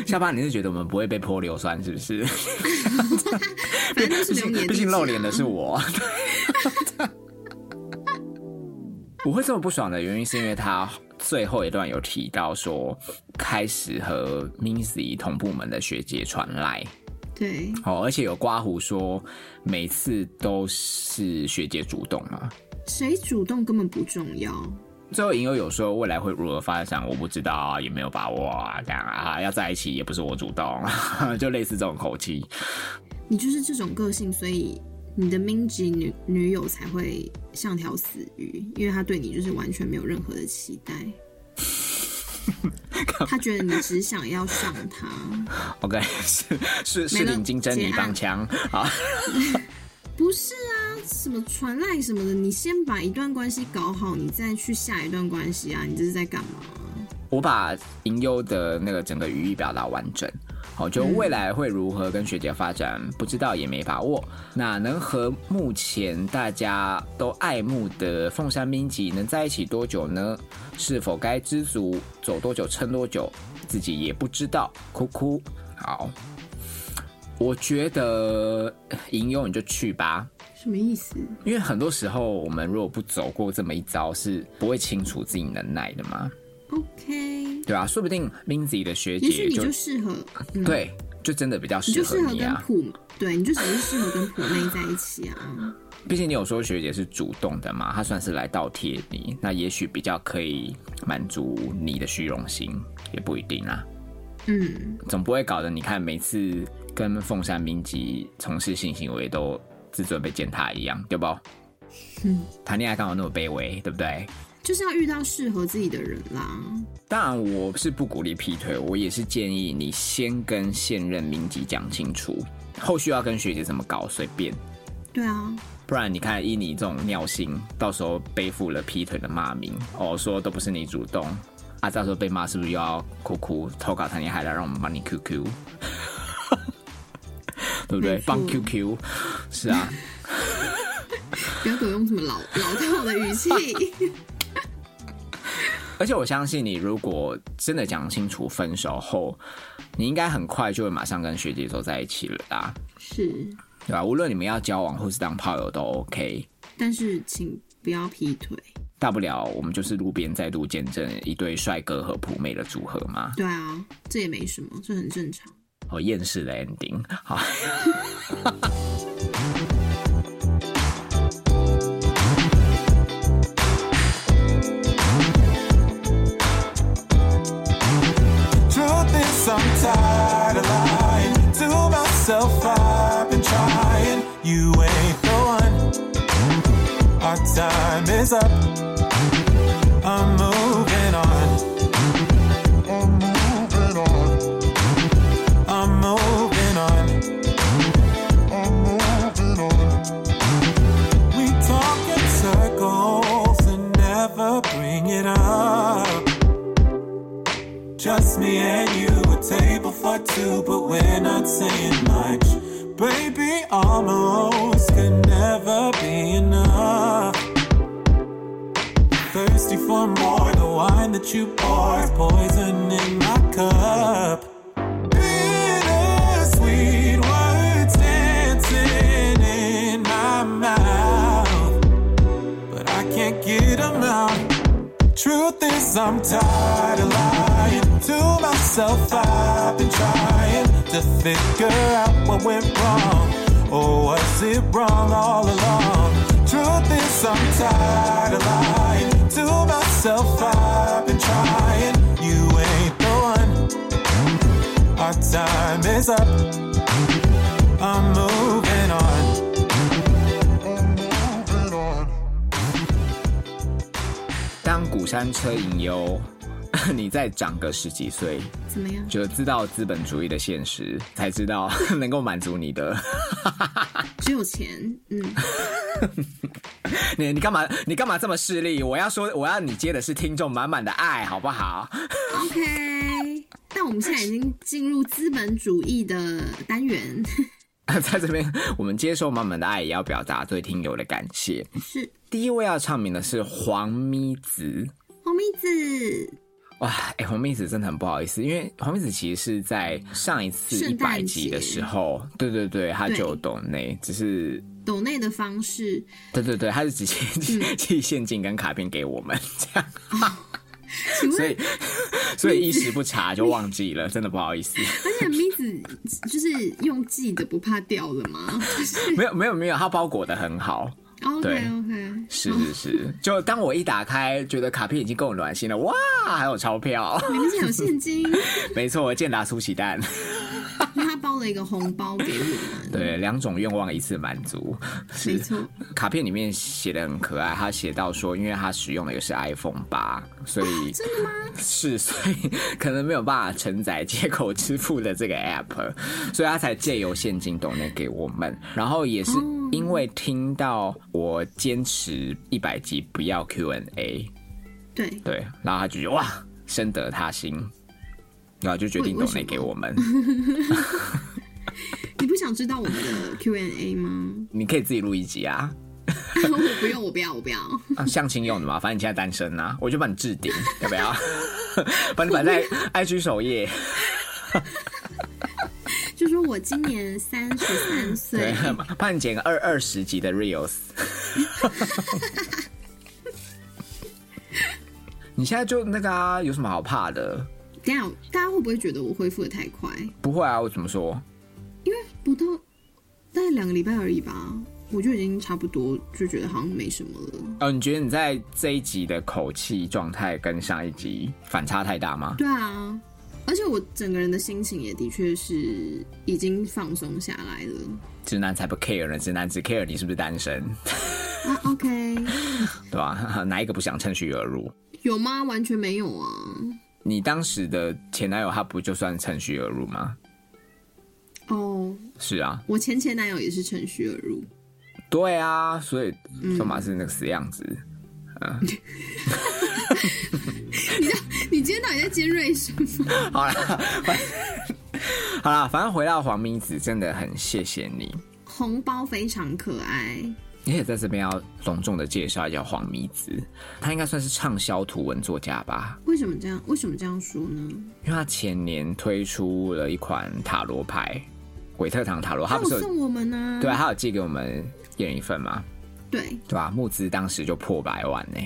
S1: 下巴，你是觉得我们不会被泼硫酸是不是？
S2: 反正都是留 你的地址啊
S1: 毕竟露脸的是我。 我会这么不爽的原因，是因为他最后一段有提到说，开始和 Missy 同部门的学姐传来，
S2: 对，
S1: 哦，而且有刮胡说每次都是学姐主动嘛。
S2: 谁主动根本不重要。
S1: 最后，银友有说未来会如何发展，我不知道啊，也没有把握啊，这样啊，要在一起也不是我主动， 就类似这种口气。
S2: 你就是这种个性，所以你的minh吉女女友才会像条死鱼，因为她对你就是完全没有任何的期待。 她觉得你只想要上她，
S1: OK，是是是
S2: 没了
S1: 领巾针你
S2: 结案
S1: 帮腔好，
S2: 不是啊？什么传赖什么的，你先把一段关系搞好，你再去下一段关系啊！你这是在干嘛？
S1: 我把银优的那个整个语义表达完整。好，就未来会如何跟学姐发展，不知道也没把握。那能和目前大家都爱慕的凤山冰吉能在一起多久呢？是否该知足，走多久撑多久，自己也不知道。哭哭，好，我觉得银优你就去吧。
S2: 什么意思？
S1: 因为很多时候，我们如果不走过这么一招，是不会清楚自己能耐的嘛，
S2: OK，
S1: 对吧、啊说不定 Lindsay 的学
S2: 也
S1: 姐
S2: 许你
S1: 就
S2: 就适合，嗯，
S1: 对，就真的比较
S2: 你
S1: 适
S2: 就
S1: 合
S2: 适合
S1: 你
S2: 跟
S1: 啊。
S2: 普，对，你就只是适合跟普妹在一起啊。
S1: 毕竟你有说学姐是主动的嘛，她算是来倒贴你，那也许比较可以满足你的虚荣心，也不一定啊。
S2: 嗯，
S1: 总不会搞得你看每次跟凤山明吉从事性行为都自尊被践踏一样，对不？
S2: 嗯，
S1: 谈恋爱干嘛那么卑微，对不对？
S2: 就是要遇到适合自己的人啦。
S1: 当然，我是不鼓励劈腿，我也是建议你先跟现任民籍讲清楚，后续要跟学姐怎么搞随便，
S2: 对啊，
S1: 不然你看以你这种尿性，到时候背负了劈腿的骂名，哦，说都不是你主动，啊，到时候被骂是不是又要哭哭投稿谈恋爱了，让我们帮你 QQ，对不对
S2: 没错？
S1: 帮 QQ，是啊，
S2: 不要给我用什么老老套的 语气。
S1: 而且我相信你，如果真的讲清楚分手后，你应该很快就会马上跟学姐走在一起了啦。
S2: 是，
S1: 对吧、无论你们要交往或是当炮友都 OK，
S2: 但是请不要劈腿。
S1: 大不了我们就是路边再度见证一对帅哥和普妹的组合嘛。
S2: 对啊，这也没什么，这很正常。
S1: 好哦厌世的 ending，好。
S3: Truth is, I'm tired of lying to myself. I've been trying. You ain't the one. Our time is up. I'm moving on. I'm moving on. I'm moving on. I'm moving on. We talk in circles and never bring it up. Just me and you, a table for two, but we're not saying much. Baby, almost could never be enough. Thirsty for more, though wine that you pour is poison in my cup. Bittersweet words dancing in my mouth, but I can't get 'em out. Truth is, I'm tired of lying to myself. I've been trying to figure out what went wrong, or was it wrong all along? Truth is, I'm tired of lying to myself. I've been trying. You ain't the one. Our time is up. I'm moving on.
S1: 当古山车银优， 你再长个十几岁，
S2: 怎么样？
S1: 就知道资本主义的现实，才知道 能够满足你的。
S2: 只有钱，嗯，
S1: 你你干嘛？你干嘛这么势利？我要说，我要你接的是听众满满的爱，好不好？
S2: OK，但我们现在已经进入资本主义的单元，
S1: 在这边，我们接受满满的爱，也要表达对听友的感谢。
S2: 是
S1: 第一位要唱名的是黄咪子。
S2: 红蜜子
S1: 哇，哎、黄蜜子真的很不好意思，因为黄蜜子其实是在上一次一
S2: 圣
S1: 百
S2: 诞
S1: 集的
S2: 节
S1: 时候，对对对，他
S2: 对
S1: 就有懂内，只是
S2: 抖内的方式，
S1: 对对对，他是直接
S2: 嗯
S1: 寄寄现金跟卡片给我们，这样，
S2: 哦请
S1: 所
S2: 问，
S1: 以所以一时不察就忘记了，真的不好意思。
S2: 而且蜜子就是用寄的不怕掉 了吗？
S1: 没有没有没有，他包裹的很好，
S2: OK
S1: 对
S2: OK，
S1: 是是是。就当我一打开，觉得卡片已经够暖心了，哇，还有钞 票，
S2: 里面竟然有 现金，因
S1: 没错，健达出奇蛋，
S2: 为他包了一个红包给我们，
S1: 对，两种愿望一次满足，是
S2: 嗯没错，
S1: 卡片里面写的很可爱，他写到说，因为他使用的也是 iPhone 八，所
S2: 啊
S1: 以、真的吗？是，所以可能没有办法承载接口支付的这个 App，所以他才借由现金抖内给我们。然后也是因为听到我坚持一百集不要 Q&A，
S2: 对，
S1: 对，然后他就觉得哇，深得他心，然后就决定
S2: 为为
S1: 抖
S2: 什
S1: 内
S2: 么
S1: 给我们。
S2: 你不想知道我们的 Q&A 吗？
S1: 你可以自己录一集啊，
S2: 我不用，我不要，我不要，
S1: 啊相亲用的嘛，反正你现在单身啊，我就把你置顶，要不要？把你摆在 IG 首页，
S2: 就说我今年三十三岁
S1: 对，， 帮你剪个二二十集的 reels。你现在就那个啊，有什么好怕的？
S2: 等一下大家会不会觉得我恢复的太快？
S1: 不会啊，我怎么说？
S2: 因为不到大概两个礼拜而已吧，我就已经差不多就觉得好像没什么了。
S1: 哦，你觉得你在这一集的口气状态跟上一集反差太大吗？
S2: 对啊，而且我整个人的心情也的确是已经放松下来了。
S1: 直男才不 care 呢，直男只 care 你是不是单身，
S2: 啊，OK，
S1: 对吧？ 哪一个不想趁虚而入？
S2: 有吗？完全没有啊。
S1: 你当时的前男友他不就算趁虚而入吗？
S2: 哦、
S1: 是啊，
S2: 我前前男友也是趁虚而入，
S1: 对啊，所以托马斯那个死样子，
S2: 你今天到底在尖锐什么？
S1: 好啦， 反好啦，反正回到黄明子，真的很谢谢你。
S2: 红包非常可爱，
S1: 你也在这边要隆重的介绍一下黄明子，她应该算是畅销图文作家吧，
S2: 为什么这样？为什么这样说呢？
S1: 因为她前年推出了一款塔罗牌，韦特堂塔罗，她
S2: 他
S1: 不
S2: 有
S1: 是有
S2: 送我们呢、
S1: 对、啊，她有寄给我们一人一份嘛，
S2: 对，
S1: 对吧、募资当时就破百万呢、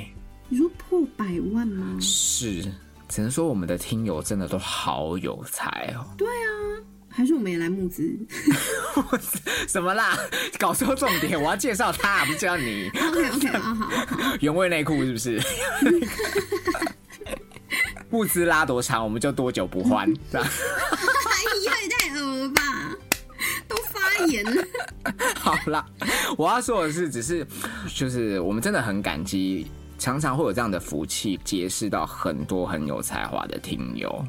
S2: 你说破百万吗？
S1: 是，只能说我们的听友真的都好有才哦。
S2: 啊还是我们也来 募资？
S1: 什么啦？ 搞错重点，我要介绍他，不是介绍你。
S2: OK OK 啊，好，好
S1: 原味内裤是不是？ 物资拉多长，我们就多久不换。 是吧
S2: 哎呀，也太恶了吧，都发炎了。
S1: 好啦，我要说的是，只是就是我们真的很感激，常常会有这样的福气，结识到很多很有才华的听友，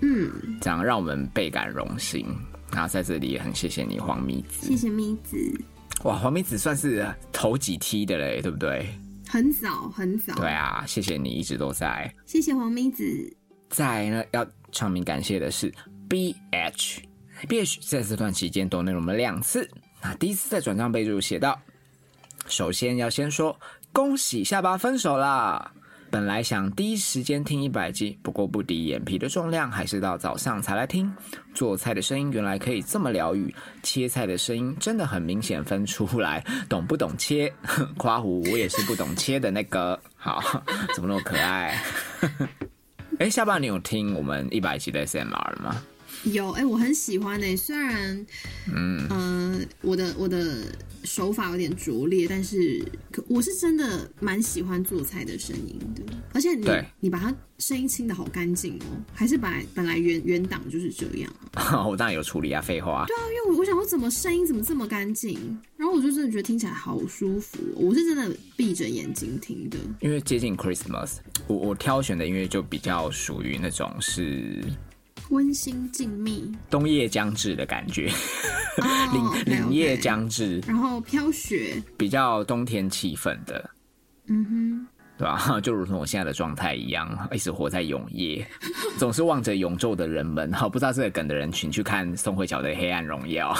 S2: 嗯，
S1: 这样让我们倍感荣幸。然后在这里也很谢谢你，黄米子。
S2: 谢谢咪子，
S1: 哇，黄米子算是头几梯的嘞，对不对？
S2: 很早很早，
S1: 对啊，谢谢你一直都在。
S2: 谢谢黄咪子，
S1: 再来呢，要唱名感谢的是 B H B H，在这段期间都内我们两次。那第一次在转账备注写到，首先要先说恭喜下巴分手啦，本来想第一时间听一百集，不过不敌眼皮的重量，还是到早上才来听。做菜的声音原来可以这么疗愈，切菜的声音真的很明显分出来，懂不懂切？ 夸胡，我也是不懂切的那个。好，怎么那么可爱？哎，下半你有听我们一百集的 SMR 吗？
S2: 有哎、我很喜欢哎、虽然，嗯、我的我的手法有点拙劣，但是可我是真的蛮喜欢做菜的声音的。而且你
S1: 对
S2: 你把它声音清的好干净哦，还是本来本来原原档就是这样啊？
S1: 我当然有处理啊，废话。
S2: 对啊，因为我我想我怎么声音怎么这么干净，然后我就真的觉得听起来好舒服哦、我是真的闭着眼睛听的。
S1: 因为接近 Christmas，我我挑选的音乐就比较属于那种是
S2: 温馨静谧，
S1: 冬夜将至的感觉，
S2: 哦
S1: 凛
S2: OK，OK
S1: 凛夜将至，
S2: 然后飘雪，
S1: 比较冬天气氛的，
S2: 嗯哼，
S1: 对吧？ 就如同我现在的状态一样，一直活在永 夜，总是望着永昼的人们。好，不知道这个梗的人群去看宋慧乔的《黑暗荣耀》，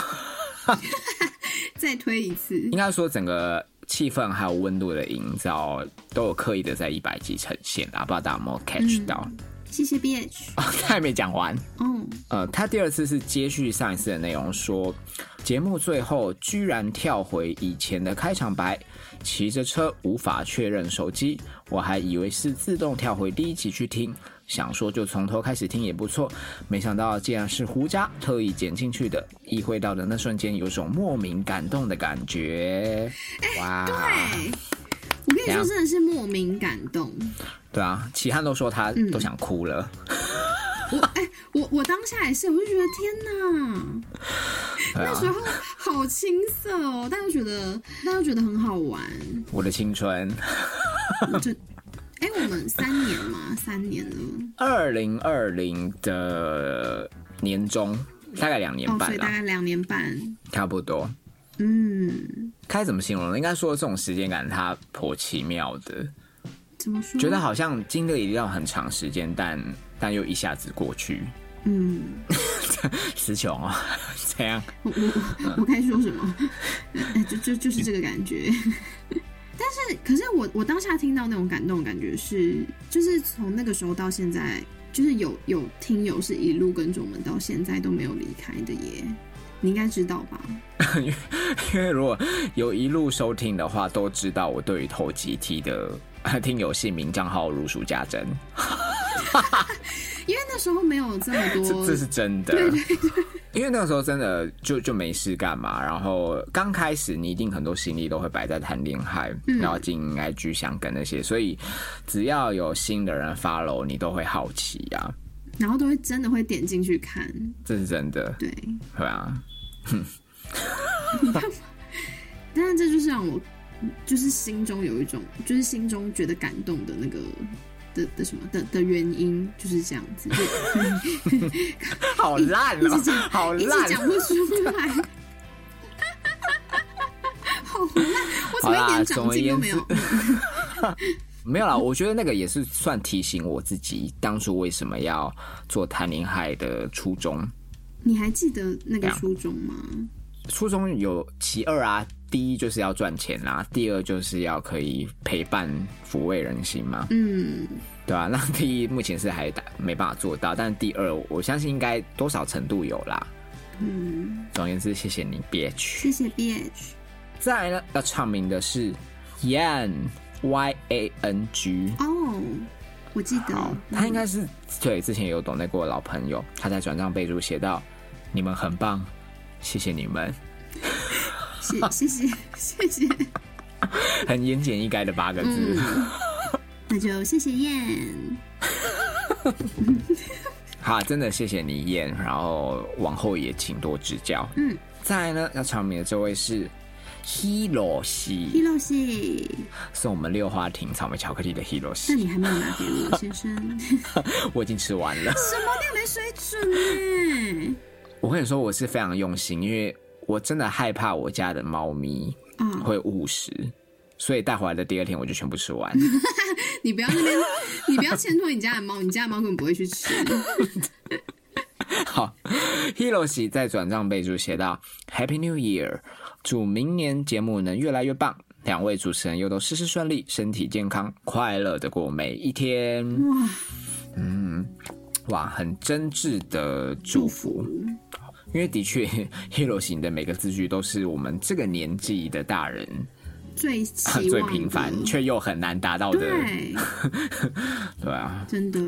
S2: 再推一次
S1: 应。该说整个。气氛还有温度的营造都有刻意的在一百集呈现啊，不知道大家有没有 catch 到？
S2: 谢谢 B H，
S1: 他还没讲完，
S2: 哦，
S1: 呃，他第二次是接续上一次的内容说，节目最后居然跳回以前的开场白，骑着车无法确认手机，我还以为是自动跳回第一集去听，想说就从头开始听也不错，没想到竟然是胡渣特意剪进去的，意会到的那瞬间有种莫名感动的感觉，哇，
S2: 哎，我跟
S1: 怎
S2: 你说，
S1: 样
S2: 真的是莫名感动。
S1: 对啊，齐汉都说他都想哭了。
S2: 我哎、我我当下也是，我就觉得天哪，
S1: 对啊
S2: 那时候好青涩哦，但又觉得但又觉得很好玩。
S1: 我的青春，
S2: 我就哎、我们三年 嘛，三年了，
S1: 二零二零的年中，大概两年
S2: 哦，所
S1: 半
S2: 以
S1: 啦、
S2: 大概两年半。
S1: 差不多。
S2: 嗯，
S1: 该怎么形容呢？应该说这种时间感它颇奇妙的，
S2: 怎么说？
S1: 觉得好像经历了一段很长时间，但但又一下子过去。
S2: 嗯，
S1: 词穷哦， 这样
S2: 我我我该说什么？ 哎就就就是这个感觉。 但是，可是我我当下听到那种感动的感觉是，就是从那个时候到现在，就是有有听友是一路跟着我们到现在都没有离开的耶，你应该知道吧？
S1: 因为如果有一路收听的话，都知道我对于投机梯的听友姓名账号如数家珍，
S2: 因为那时候没有这么
S1: 这
S2: 多
S1: 这是真的。因为那个时候真的就就没事干嘛，然后刚开始你一定很多心力都会摆在谈恋爱，然后经营 IG 想跟那些，所以只要有新的人 follow 你，都会好奇呀、啊。
S2: 然后都会真的会点进去看，
S1: 这是真的，
S2: 对。
S1: 对啊，
S2: 但是这就是让我，就是心中有一种，就是心中觉得感动的那个的的什么的的原因，就是这样子。就
S1: 好烂
S2: 一
S1: 哦、
S2: 直讲，
S1: 好
S2: 一直
S1: 烂
S2: 讲不出来，好烂，我怎么一点长进都没有
S1: 好啦？没有啦，我觉得那个也是算提醒我自己，当初为什么要做谈恋爱的初衷。
S2: 你还记得那个初衷吗？
S1: 初衷有其二啊，第一就是要赚钱啦、第二就是要可以陪伴抚慰人心嘛，
S2: 嗯，
S1: 对吧、那 第一目前是还达没办法做到，但第二我相信应该多少程度有啦。嗯，总而言之，谢谢你，别去。
S2: 谢谢 B H。
S1: 再来呢，要唱名的是 Yan Y A N G。
S2: 哦，我记
S1: 好
S2: 得，，
S1: 他应该是对之前有懂得过的老朋友，他在转账备注写到：“你们很棒，谢谢你们。
S2: 谢谢谢谢谢，”
S1: 很言简意赅的八个字。
S2: 那就谢谢燕。
S1: 好，真的谢谢你燕，然后往后也请多指教。嗯，再来呢，要唱名的这位是 Hiro
S2: 一
S1: i
S2: 露西，
S1: 送我们六花亭草莓巧克力的 Hiro
S2: 那
S1: i
S2: 你还没有拿给我，先生，什
S1: 我已经吃完了。
S2: 么你没水准呢？
S1: 我跟你说，我是非常用心，因为我真的害怕我家的猫咪
S2: 啊
S1: 会误食，所以带回来的第二天我就全部吃完。
S2: 你不要 那边，你不要牵拖你家的猫，你家的猫根本不会去吃。
S1: 好 h i r o s i 在转账备注写道：“Happy New Year，祝明年节目能越来越棒。两位主持人又都事事顺利、身体健康、快乐的过每一天。
S2: 哇，
S1: 嗯，哇，很真挚的祝福。因为的确 ，Hero 型的每个字句都是我们这个年纪的大人
S2: 最 期
S1: 最
S2: 望
S1: 平凡
S2: 的
S1: 却又很难达到的，
S2: 对，
S1: 对啊。
S2: 真的，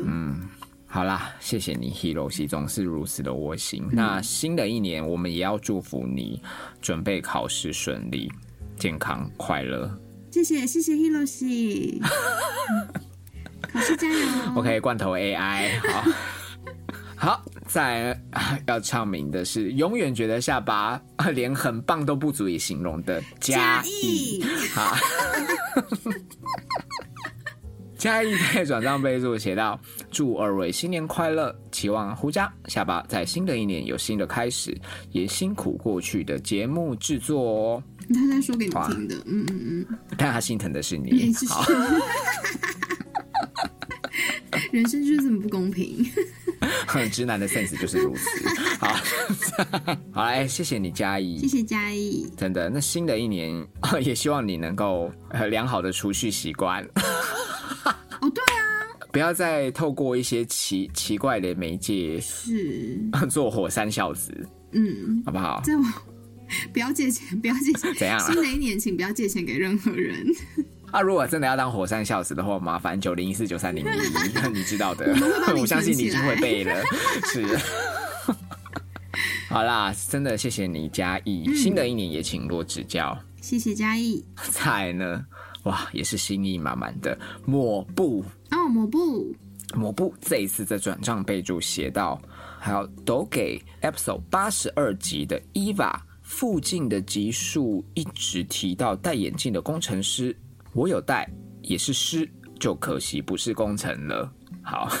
S1: 好啦，谢谢你，Hero 系总是如此的窝心。那新的一年，我们也要祝福你，准备考试顺利、健康快乐。
S2: 谢谢谢 谢 Hiroshi，嗯考试加油
S1: OK，罐头 AI，好， 好，再来啊要唱名的是永远觉得下巴啊连很棒都不足以形容的嘉
S2: 加
S1: 义
S2: 一，。
S1: 好，嘉义在转账备注写道：“祝二位新年快乐，期望胡家下巴在新的一年有新的开始，也辛苦过去的节目制作哦。”
S2: 他在说给你听的，嗯嗯哎嗯，
S1: 但他心疼的是你
S2: 没，事。
S1: 好。
S2: 人生就是这么不公平，
S1: 很 直男的 sense 就是如此。好， 好来、哎谢谢你嘉
S2: 谢
S1: 怡，
S2: 谢嘉义，
S1: 真的。那新的一年， 也希望你能够呃良好的储蓄习惯，
S2: 哦对啊，
S1: 不要再透过一些奇奇怪的媒介
S2: 是，
S1: 做火山孝子，
S2: 嗯，
S1: 好不好？
S2: 在我不要借钱， 不要借钱，
S1: 怎样啊
S2: 新的一年请不要借钱给任何人，
S1: 啊，如果真的要当火山孝子的话，麻烦九零一四九三零 一，你知道的
S2: 我们会，帮 你
S1: 我相信你已
S2: 存起
S1: 经
S2: 来
S1: 会背了，是。 好啦，真的谢谢你，嘉义。
S2: 嗯
S1: 新的一年也请多指教。
S2: 谢谢嘉义，
S1: 菜呢，哇，也是心意满满的抹布。
S2: 哦抹布，
S1: 抹布这一次在转账备注写到，还有都给 episode 八十二集的 Eva 附近的集数一直提到戴眼镜的工程师，我有戴，也是师，就可惜不是工程了。好，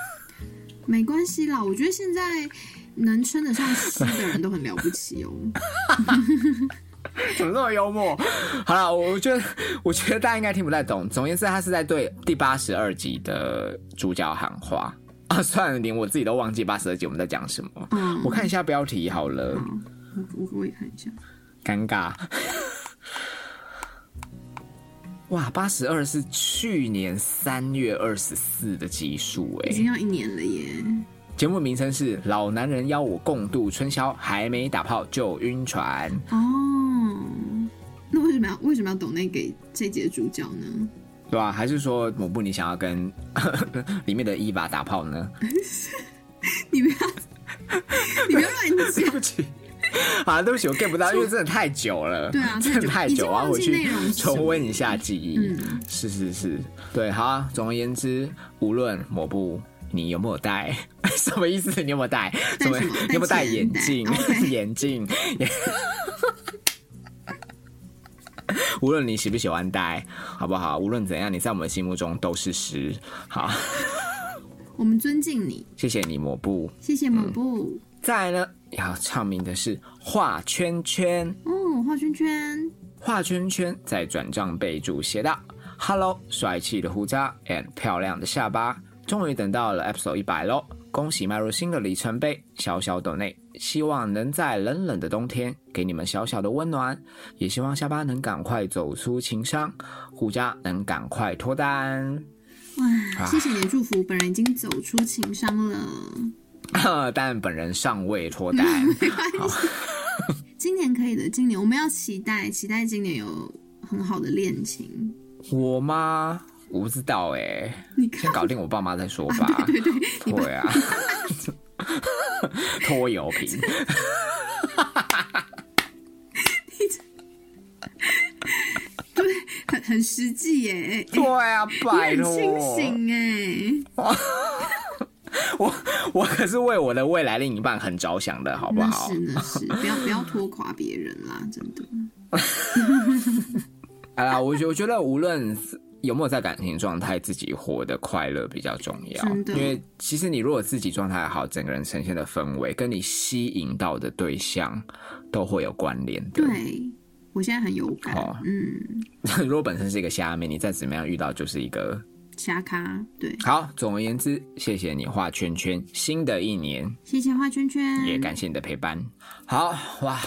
S2: 没关系啦，我觉得现在能称得上师的人都很了不起哦。
S1: 怎么这么幽默？好了，我我觉得我觉得大家应该听不太懂。总而言之，他是在对第八十二集的主角喊话啊！算了，连我自己都忘记八十二集我们在讲什么。
S2: 嗯
S1: 我看一下标题好了，
S2: 我我我也看一下，
S1: 尴尬。 哇，八十二是去年三月二十四的集数哎、
S2: 已经要一年了耶。
S1: 节目名称是《老男人邀我共度春宵》，还没打炮就晕船。
S2: 哦，那为什么要为什么要抖内给这节主角呢？
S1: 对吧、还是说抹布你想要跟 里面的伊娃打炮呢？
S2: 你不要，你不要乱
S1: 对
S2: 讲。
S1: 不起。 啊，对不起，我 get 不到，因为真的太久了。
S2: 对啊
S1: 真的太久，我要回
S2: 已经忘记内
S1: 去
S2: 容嗯是什么
S1: 重温一下记忆。是是是，对，好啊、总而言之，无论抹布你有没有戴， 什么意思？你有没有戴？
S2: 戴
S1: 么？
S2: 什么
S1: 你有没有戴
S2: 戴钱
S1: 眼镜
S2: 戴？，OK
S1: 眼镜。无论你喜不喜欢戴，好不好？无论怎样，你在我们心目中都是十。好，
S2: 我们尊敬你，
S1: 谢谢你，抹布。
S2: 谢谢抹布。
S1: 再来呢，要唱名的是画圈圈，
S2: 哦，画圈圈，
S1: 画圈圈在转账备注写道：“Hello，帅气的胡渣 and 漂亮的下巴，终于等到了 episode 一百喽！恭喜迈入新的里程碑，小小斗内，希望能在冷冷的冬天给你们小小的温暖，也希望下巴能赶快走出情伤，胡渣能赶快脱单。” 啊
S2: 哇，谢谢你的祝福，本人已经走出情伤了。
S1: 但本人尚未脱单。
S2: 今年可以的，今年我们要期待，期待今年有很好的恋情。
S1: 我吗？我不知道哎、
S2: 你看
S1: 先搞定我爸妈再说吧。
S2: 对对，你
S1: 对啊， 拖油 瓶。
S2: 很很实际耶、
S1: 对啊，拜
S2: 你很
S1: 托，
S2: 清醒哎、
S1: 我我可是为我的未来另一半很着想的，好不
S2: 那
S1: 好
S2: 嗯是？那 是，不要不要拖垮别人啦，真的。
S1: 好啦，啊我觉我觉得无论有没有在感情状态，自己活得快乐比较重要。
S2: 真的
S1: 因为其实你如果自己状态好，整个人呈现的氛围跟你吸引到的对象都会有关联的。
S2: 对，我现在很有感，
S1: 好
S2: 嗯，
S1: 如果本身是一个虾妹，你再怎么样遇到就是一个
S2: 瞎咖，对，
S1: 好。总而言之，谢谢你画圈圈，新的一年
S2: 谢谢画圈圈，
S1: 也感谢你的陪伴。好哇，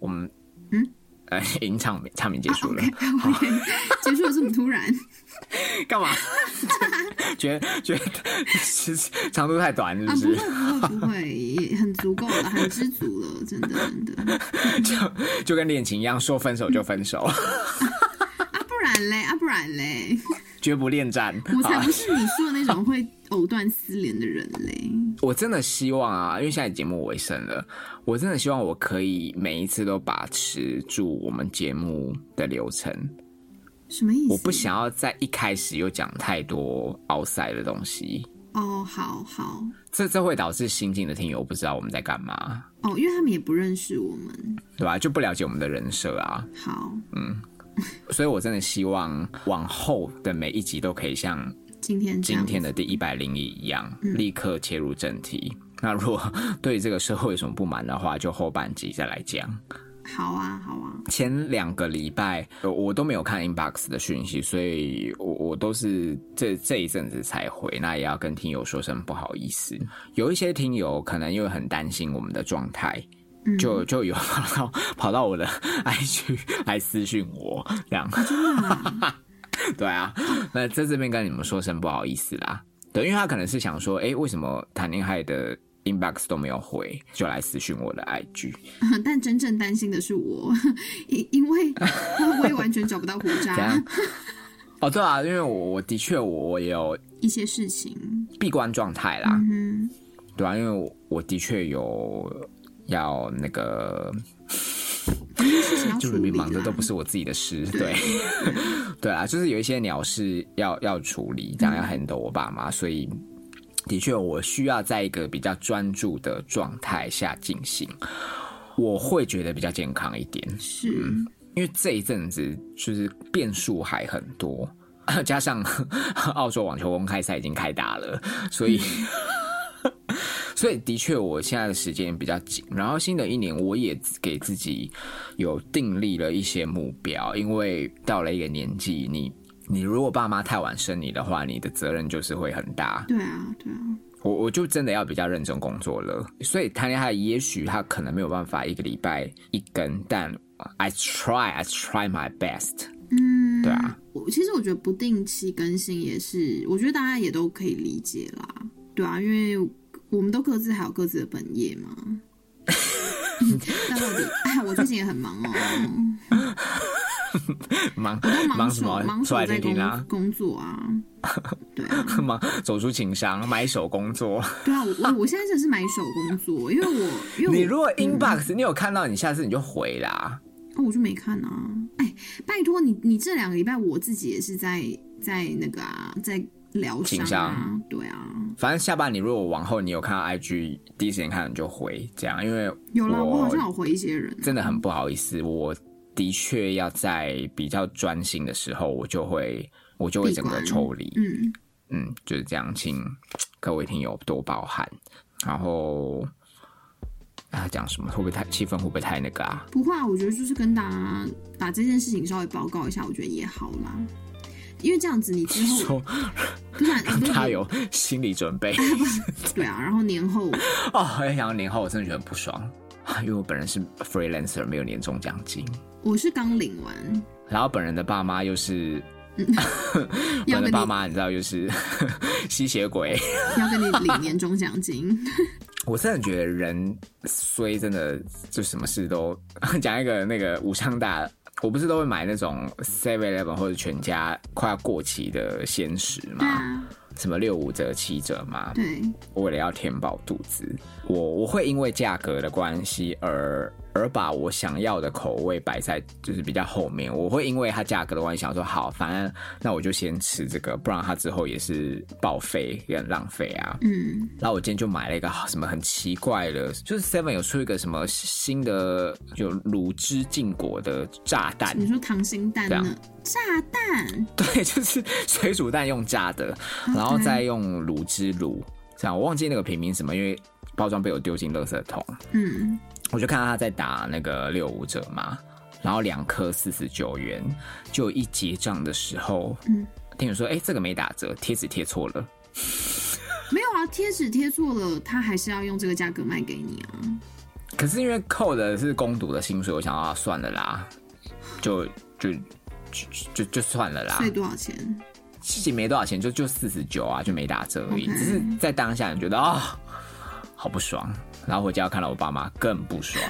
S1: 我们
S2: 嗯
S1: 呃，赢唱唱名结束 了，
S2: OK，结束的这么突然，
S1: 干嘛？ 觉得觉得其实长度太短，是不
S2: 啊，不
S1: 是
S2: 会？不会不会，也很足够了，很知足了，真的真 的。
S1: 就就跟恋情一样，说分手就分手，
S2: 啊，不然嘞，啊，不然 嘞，
S1: 绝不恋战。
S2: 我才
S1: 好
S2: 不是你说的那种会藕断丝连的人嘞。
S1: 我真的希望啊，因为现在节目尾声了，我真的希望我可以每一次都把持住我们节目的流程。
S2: 什么意思？
S1: 我不想要在一开始又讲太多 outside 的东西，
S2: 哦，好好
S1: 这这会导致新进的听友不知道我们在干嘛，
S2: 哦，因为他们也不认识我们。
S1: 对吧？就不了解我们的人设啊。
S2: 好，
S1: 所以我真的希望往后的每一集都可以像
S2: 今天这
S1: 今
S2: 样
S1: 天的第一百零一一样，立刻切入正题。那如果 对这个社会有什么不满的话，就后半集再来讲。
S2: 好啊，好啊，
S1: 前两个礼拜呃我都没有看 inbox 的讯息，所以我我都是这这一阵子才回，那也要跟听友说声不好意思。有一些听友可能因为很担心我们的状态，
S2: 嗯，
S1: 就就有跑到跑到我的 IG 来私讯我，这样
S2: 真的啊
S1: 对啊。那在这边跟你们说声不好意思啦，对，因为他可能是想说，诶，为什么谈恋爱的 inbox 都没有回，就来私讯我的 IG。
S2: 但真正担心的是我，因因为我也完全找 不到胡
S1: 怎
S2: 渣
S1: 样哦，对啊，因为我我的确我我也有
S2: 一些事情。
S1: 闭关状态啦，
S2: 嗯
S1: 对啊，因为我我的确有要那个，
S2: 哼，一些事情要
S1: 就
S2: 处
S1: 是
S2: 理
S1: 迷
S2: 啦
S1: 茫的都不是我自己的事，对， 对啊，就是有一些鸟事要要处理，
S2: 嗯
S1: 这样要 handle 我爸妈，所以。的确，我需要在一个比较专注的状态下进行，我会觉得比较健康一点。
S2: 是，
S1: 因为这一阵子就是变数还很多， 加上澳洲网球公开赛已经开打了，所以、 所以的确我现在的时间比较紧。然后新的一年我也给自己有订立了一些目标，因为到了一个年纪，你你如果爸妈太晚生你的话，你的责任就是会很大。
S2: 对啊，对啊，
S1: 我我就真的要比较认真工作了，所以谈恋爱也许他可能没有办法一个礼拜一根，但 I try I try my best，
S2: 嗯，
S1: 对啊，
S2: 我其实我觉得不定期更新也是，我觉得大家也都可以理解啦，对啊，因为我们都各自还有各自的本业嘛。 那到底，哎，我最近也很忙哦，
S1: 忙
S2: 我都
S1: 忙什
S2: 手
S1: 么？
S2: 忙
S1: 出
S2: 手
S1: 来
S2: 在
S1: 听
S2: 工
S1: 听啊，
S2: 工作 啊，对啊，
S1: 忙走出情商，买手工作。
S2: 对啊，我我我现在真的是买手工作，因为我因为我
S1: 你如果 inbox 你有看到，你下次你就回啦。
S2: 那嗯我就没看啊。哎，拜托你，你这两个礼拜我自己也是在在那个啊，在疗伤
S1: 情
S2: 啊
S1: 商，
S2: 对啊，
S1: 反正下半你如果往后你有看到 IG，第一时间看到你就回，这样，因为
S2: 有啦，我好像有回一些人啊、
S1: 真的很不好意思，我的确要在比较专心的时候，我就会我就会整个
S2: 闭关
S1: 抽离，
S2: 嗯，
S1: 嗯，就是这样，请各位听友多包涵。然后啊，讲什么会不会太气氛会不会太那个啊？
S2: 不会啊，我觉得就是跟大家把这件事情稍微报告一下，我觉得也好啦。因为这样子，你之后
S1: 说
S2: 不然
S1: 让他有心理准备
S2: 对啊，然后年后
S1: 哦。很想到年后，我真的觉得很不爽，啊因为我本人是 freelancer，没有年终奖金。
S2: 我是刚领完，
S1: 然后本人的爸妈又是， 本
S2: 嗯要
S1: 人
S2: 跟
S1: 的
S2: 你
S1: 爸妈你知道又是 吸血鬼。
S2: 要跟你领年终 奖金，
S1: 我真的觉得人衰，真的就什么事都 讲一个那个无伤大。我不是都会买那种 Seven Eleven 或者全家快要过期的鲜食
S2: 对
S1: 嘛，
S2: 啊，
S1: 什么六五折、七折嘛。
S2: 对，
S1: 我为了要填饱肚子，我我会因为价格的关系而而把我想要的口味摆在就是比较后面。我会因为它价格的关系想说，好，反正那我就先吃这个，不然它之后也是报废，也很浪费啊。
S2: 嗯，
S1: 然后我今天就买了一个什么很奇怪的，就是 Seven 有出一个什么新的有卤汁禁果的炸弹
S2: 你，说溏心蛋
S1: 对
S2: 呢
S1: 啊？
S2: 炸弹，
S1: 对，就是 水煮蛋用炸的，然后再用卤汁卤，这样我忘记那个品名什么，因为包装被我丢进垃圾桶，
S2: 嗯，
S1: 我就看到他在打那个六五折嘛，然后两颗四十九元，就一结账的时候，
S2: 嗯，
S1: 店员说，哎、这个没打折，贴纸贴错了。
S2: 没有啊，贴纸贴错了，他还是要用这个价格卖给你啊。
S1: 可是因为扣的是攻读的薪水，我想啊，算了啦，就就就就就算了啦
S2: 所以。多少钱？
S1: 其实没多少钱，就就四十九啊，就没打折而已。
S2: OK
S1: 只是在当下你觉得啊、好不爽，然后回家看到我爸妈更不爽。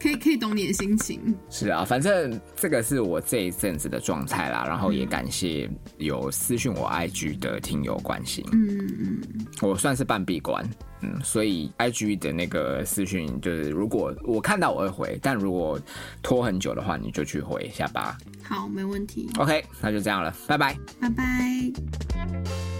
S2: 可以可以懂你的心情。
S1: 是啊，反正这个是我这一阵子的状态啦，然后
S2: 嗯
S1: 也感谢有私讯我 IG 的听友关心，
S2: 嗯，
S1: 我算是半闭关，嗯，所以 IG 的那个私讯就是，如果我看到我会回，但如果拖很久的话，你就去回一下吧。
S2: 好，没问题，
S1: OK，那就这样了，拜拜。
S2: 拜拜。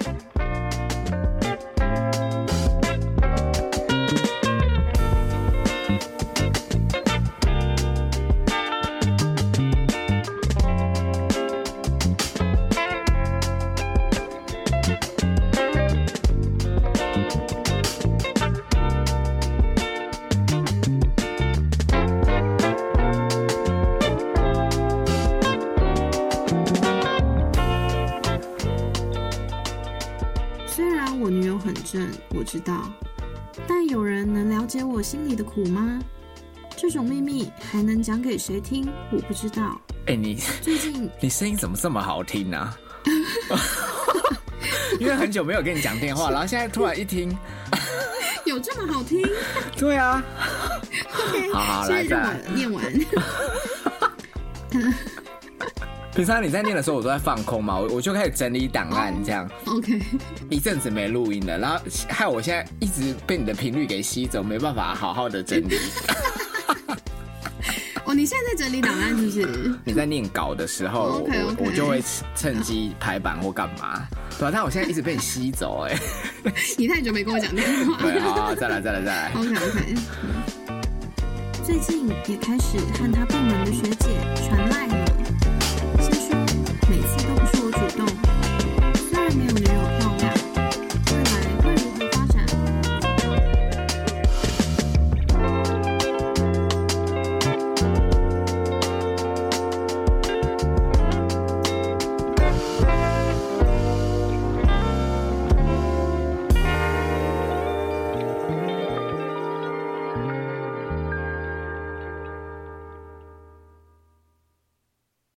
S2: 虽然我女友很正，我知道，但有人能了解我心里的苦吗？这种秘密还能讲给谁听？我不知道。
S1: 哎、你
S2: 最近
S1: 你声音怎么这么好听 呢、啊？因为很久没有跟你讲电话，然后现在突然一听，
S2: 有这么好听？
S1: 对啊，好 好
S2: 所
S1: 来
S2: 以让
S1: 再来
S2: 我念完。
S1: 平常你在念的时候，我都在放空嘛，我我就开始整理档案，这样
S2: OK，
S1: 一阵子没录音了，然后害我现在一直被你的频率给吸走，没办法好好的整理。
S2: 哦，你现在在整理档案是不是？
S1: 你在念稿的时候，我
S2: OK，OK
S1: 我我就会趁机排版或干嘛，对啊吧、但我现在一直被你吸走、哎，
S2: 你太久没跟我讲电话。
S1: 对，好好，再来，再来，再来。
S2: 嗯 OK OK。最近也开始和她不伦的学姐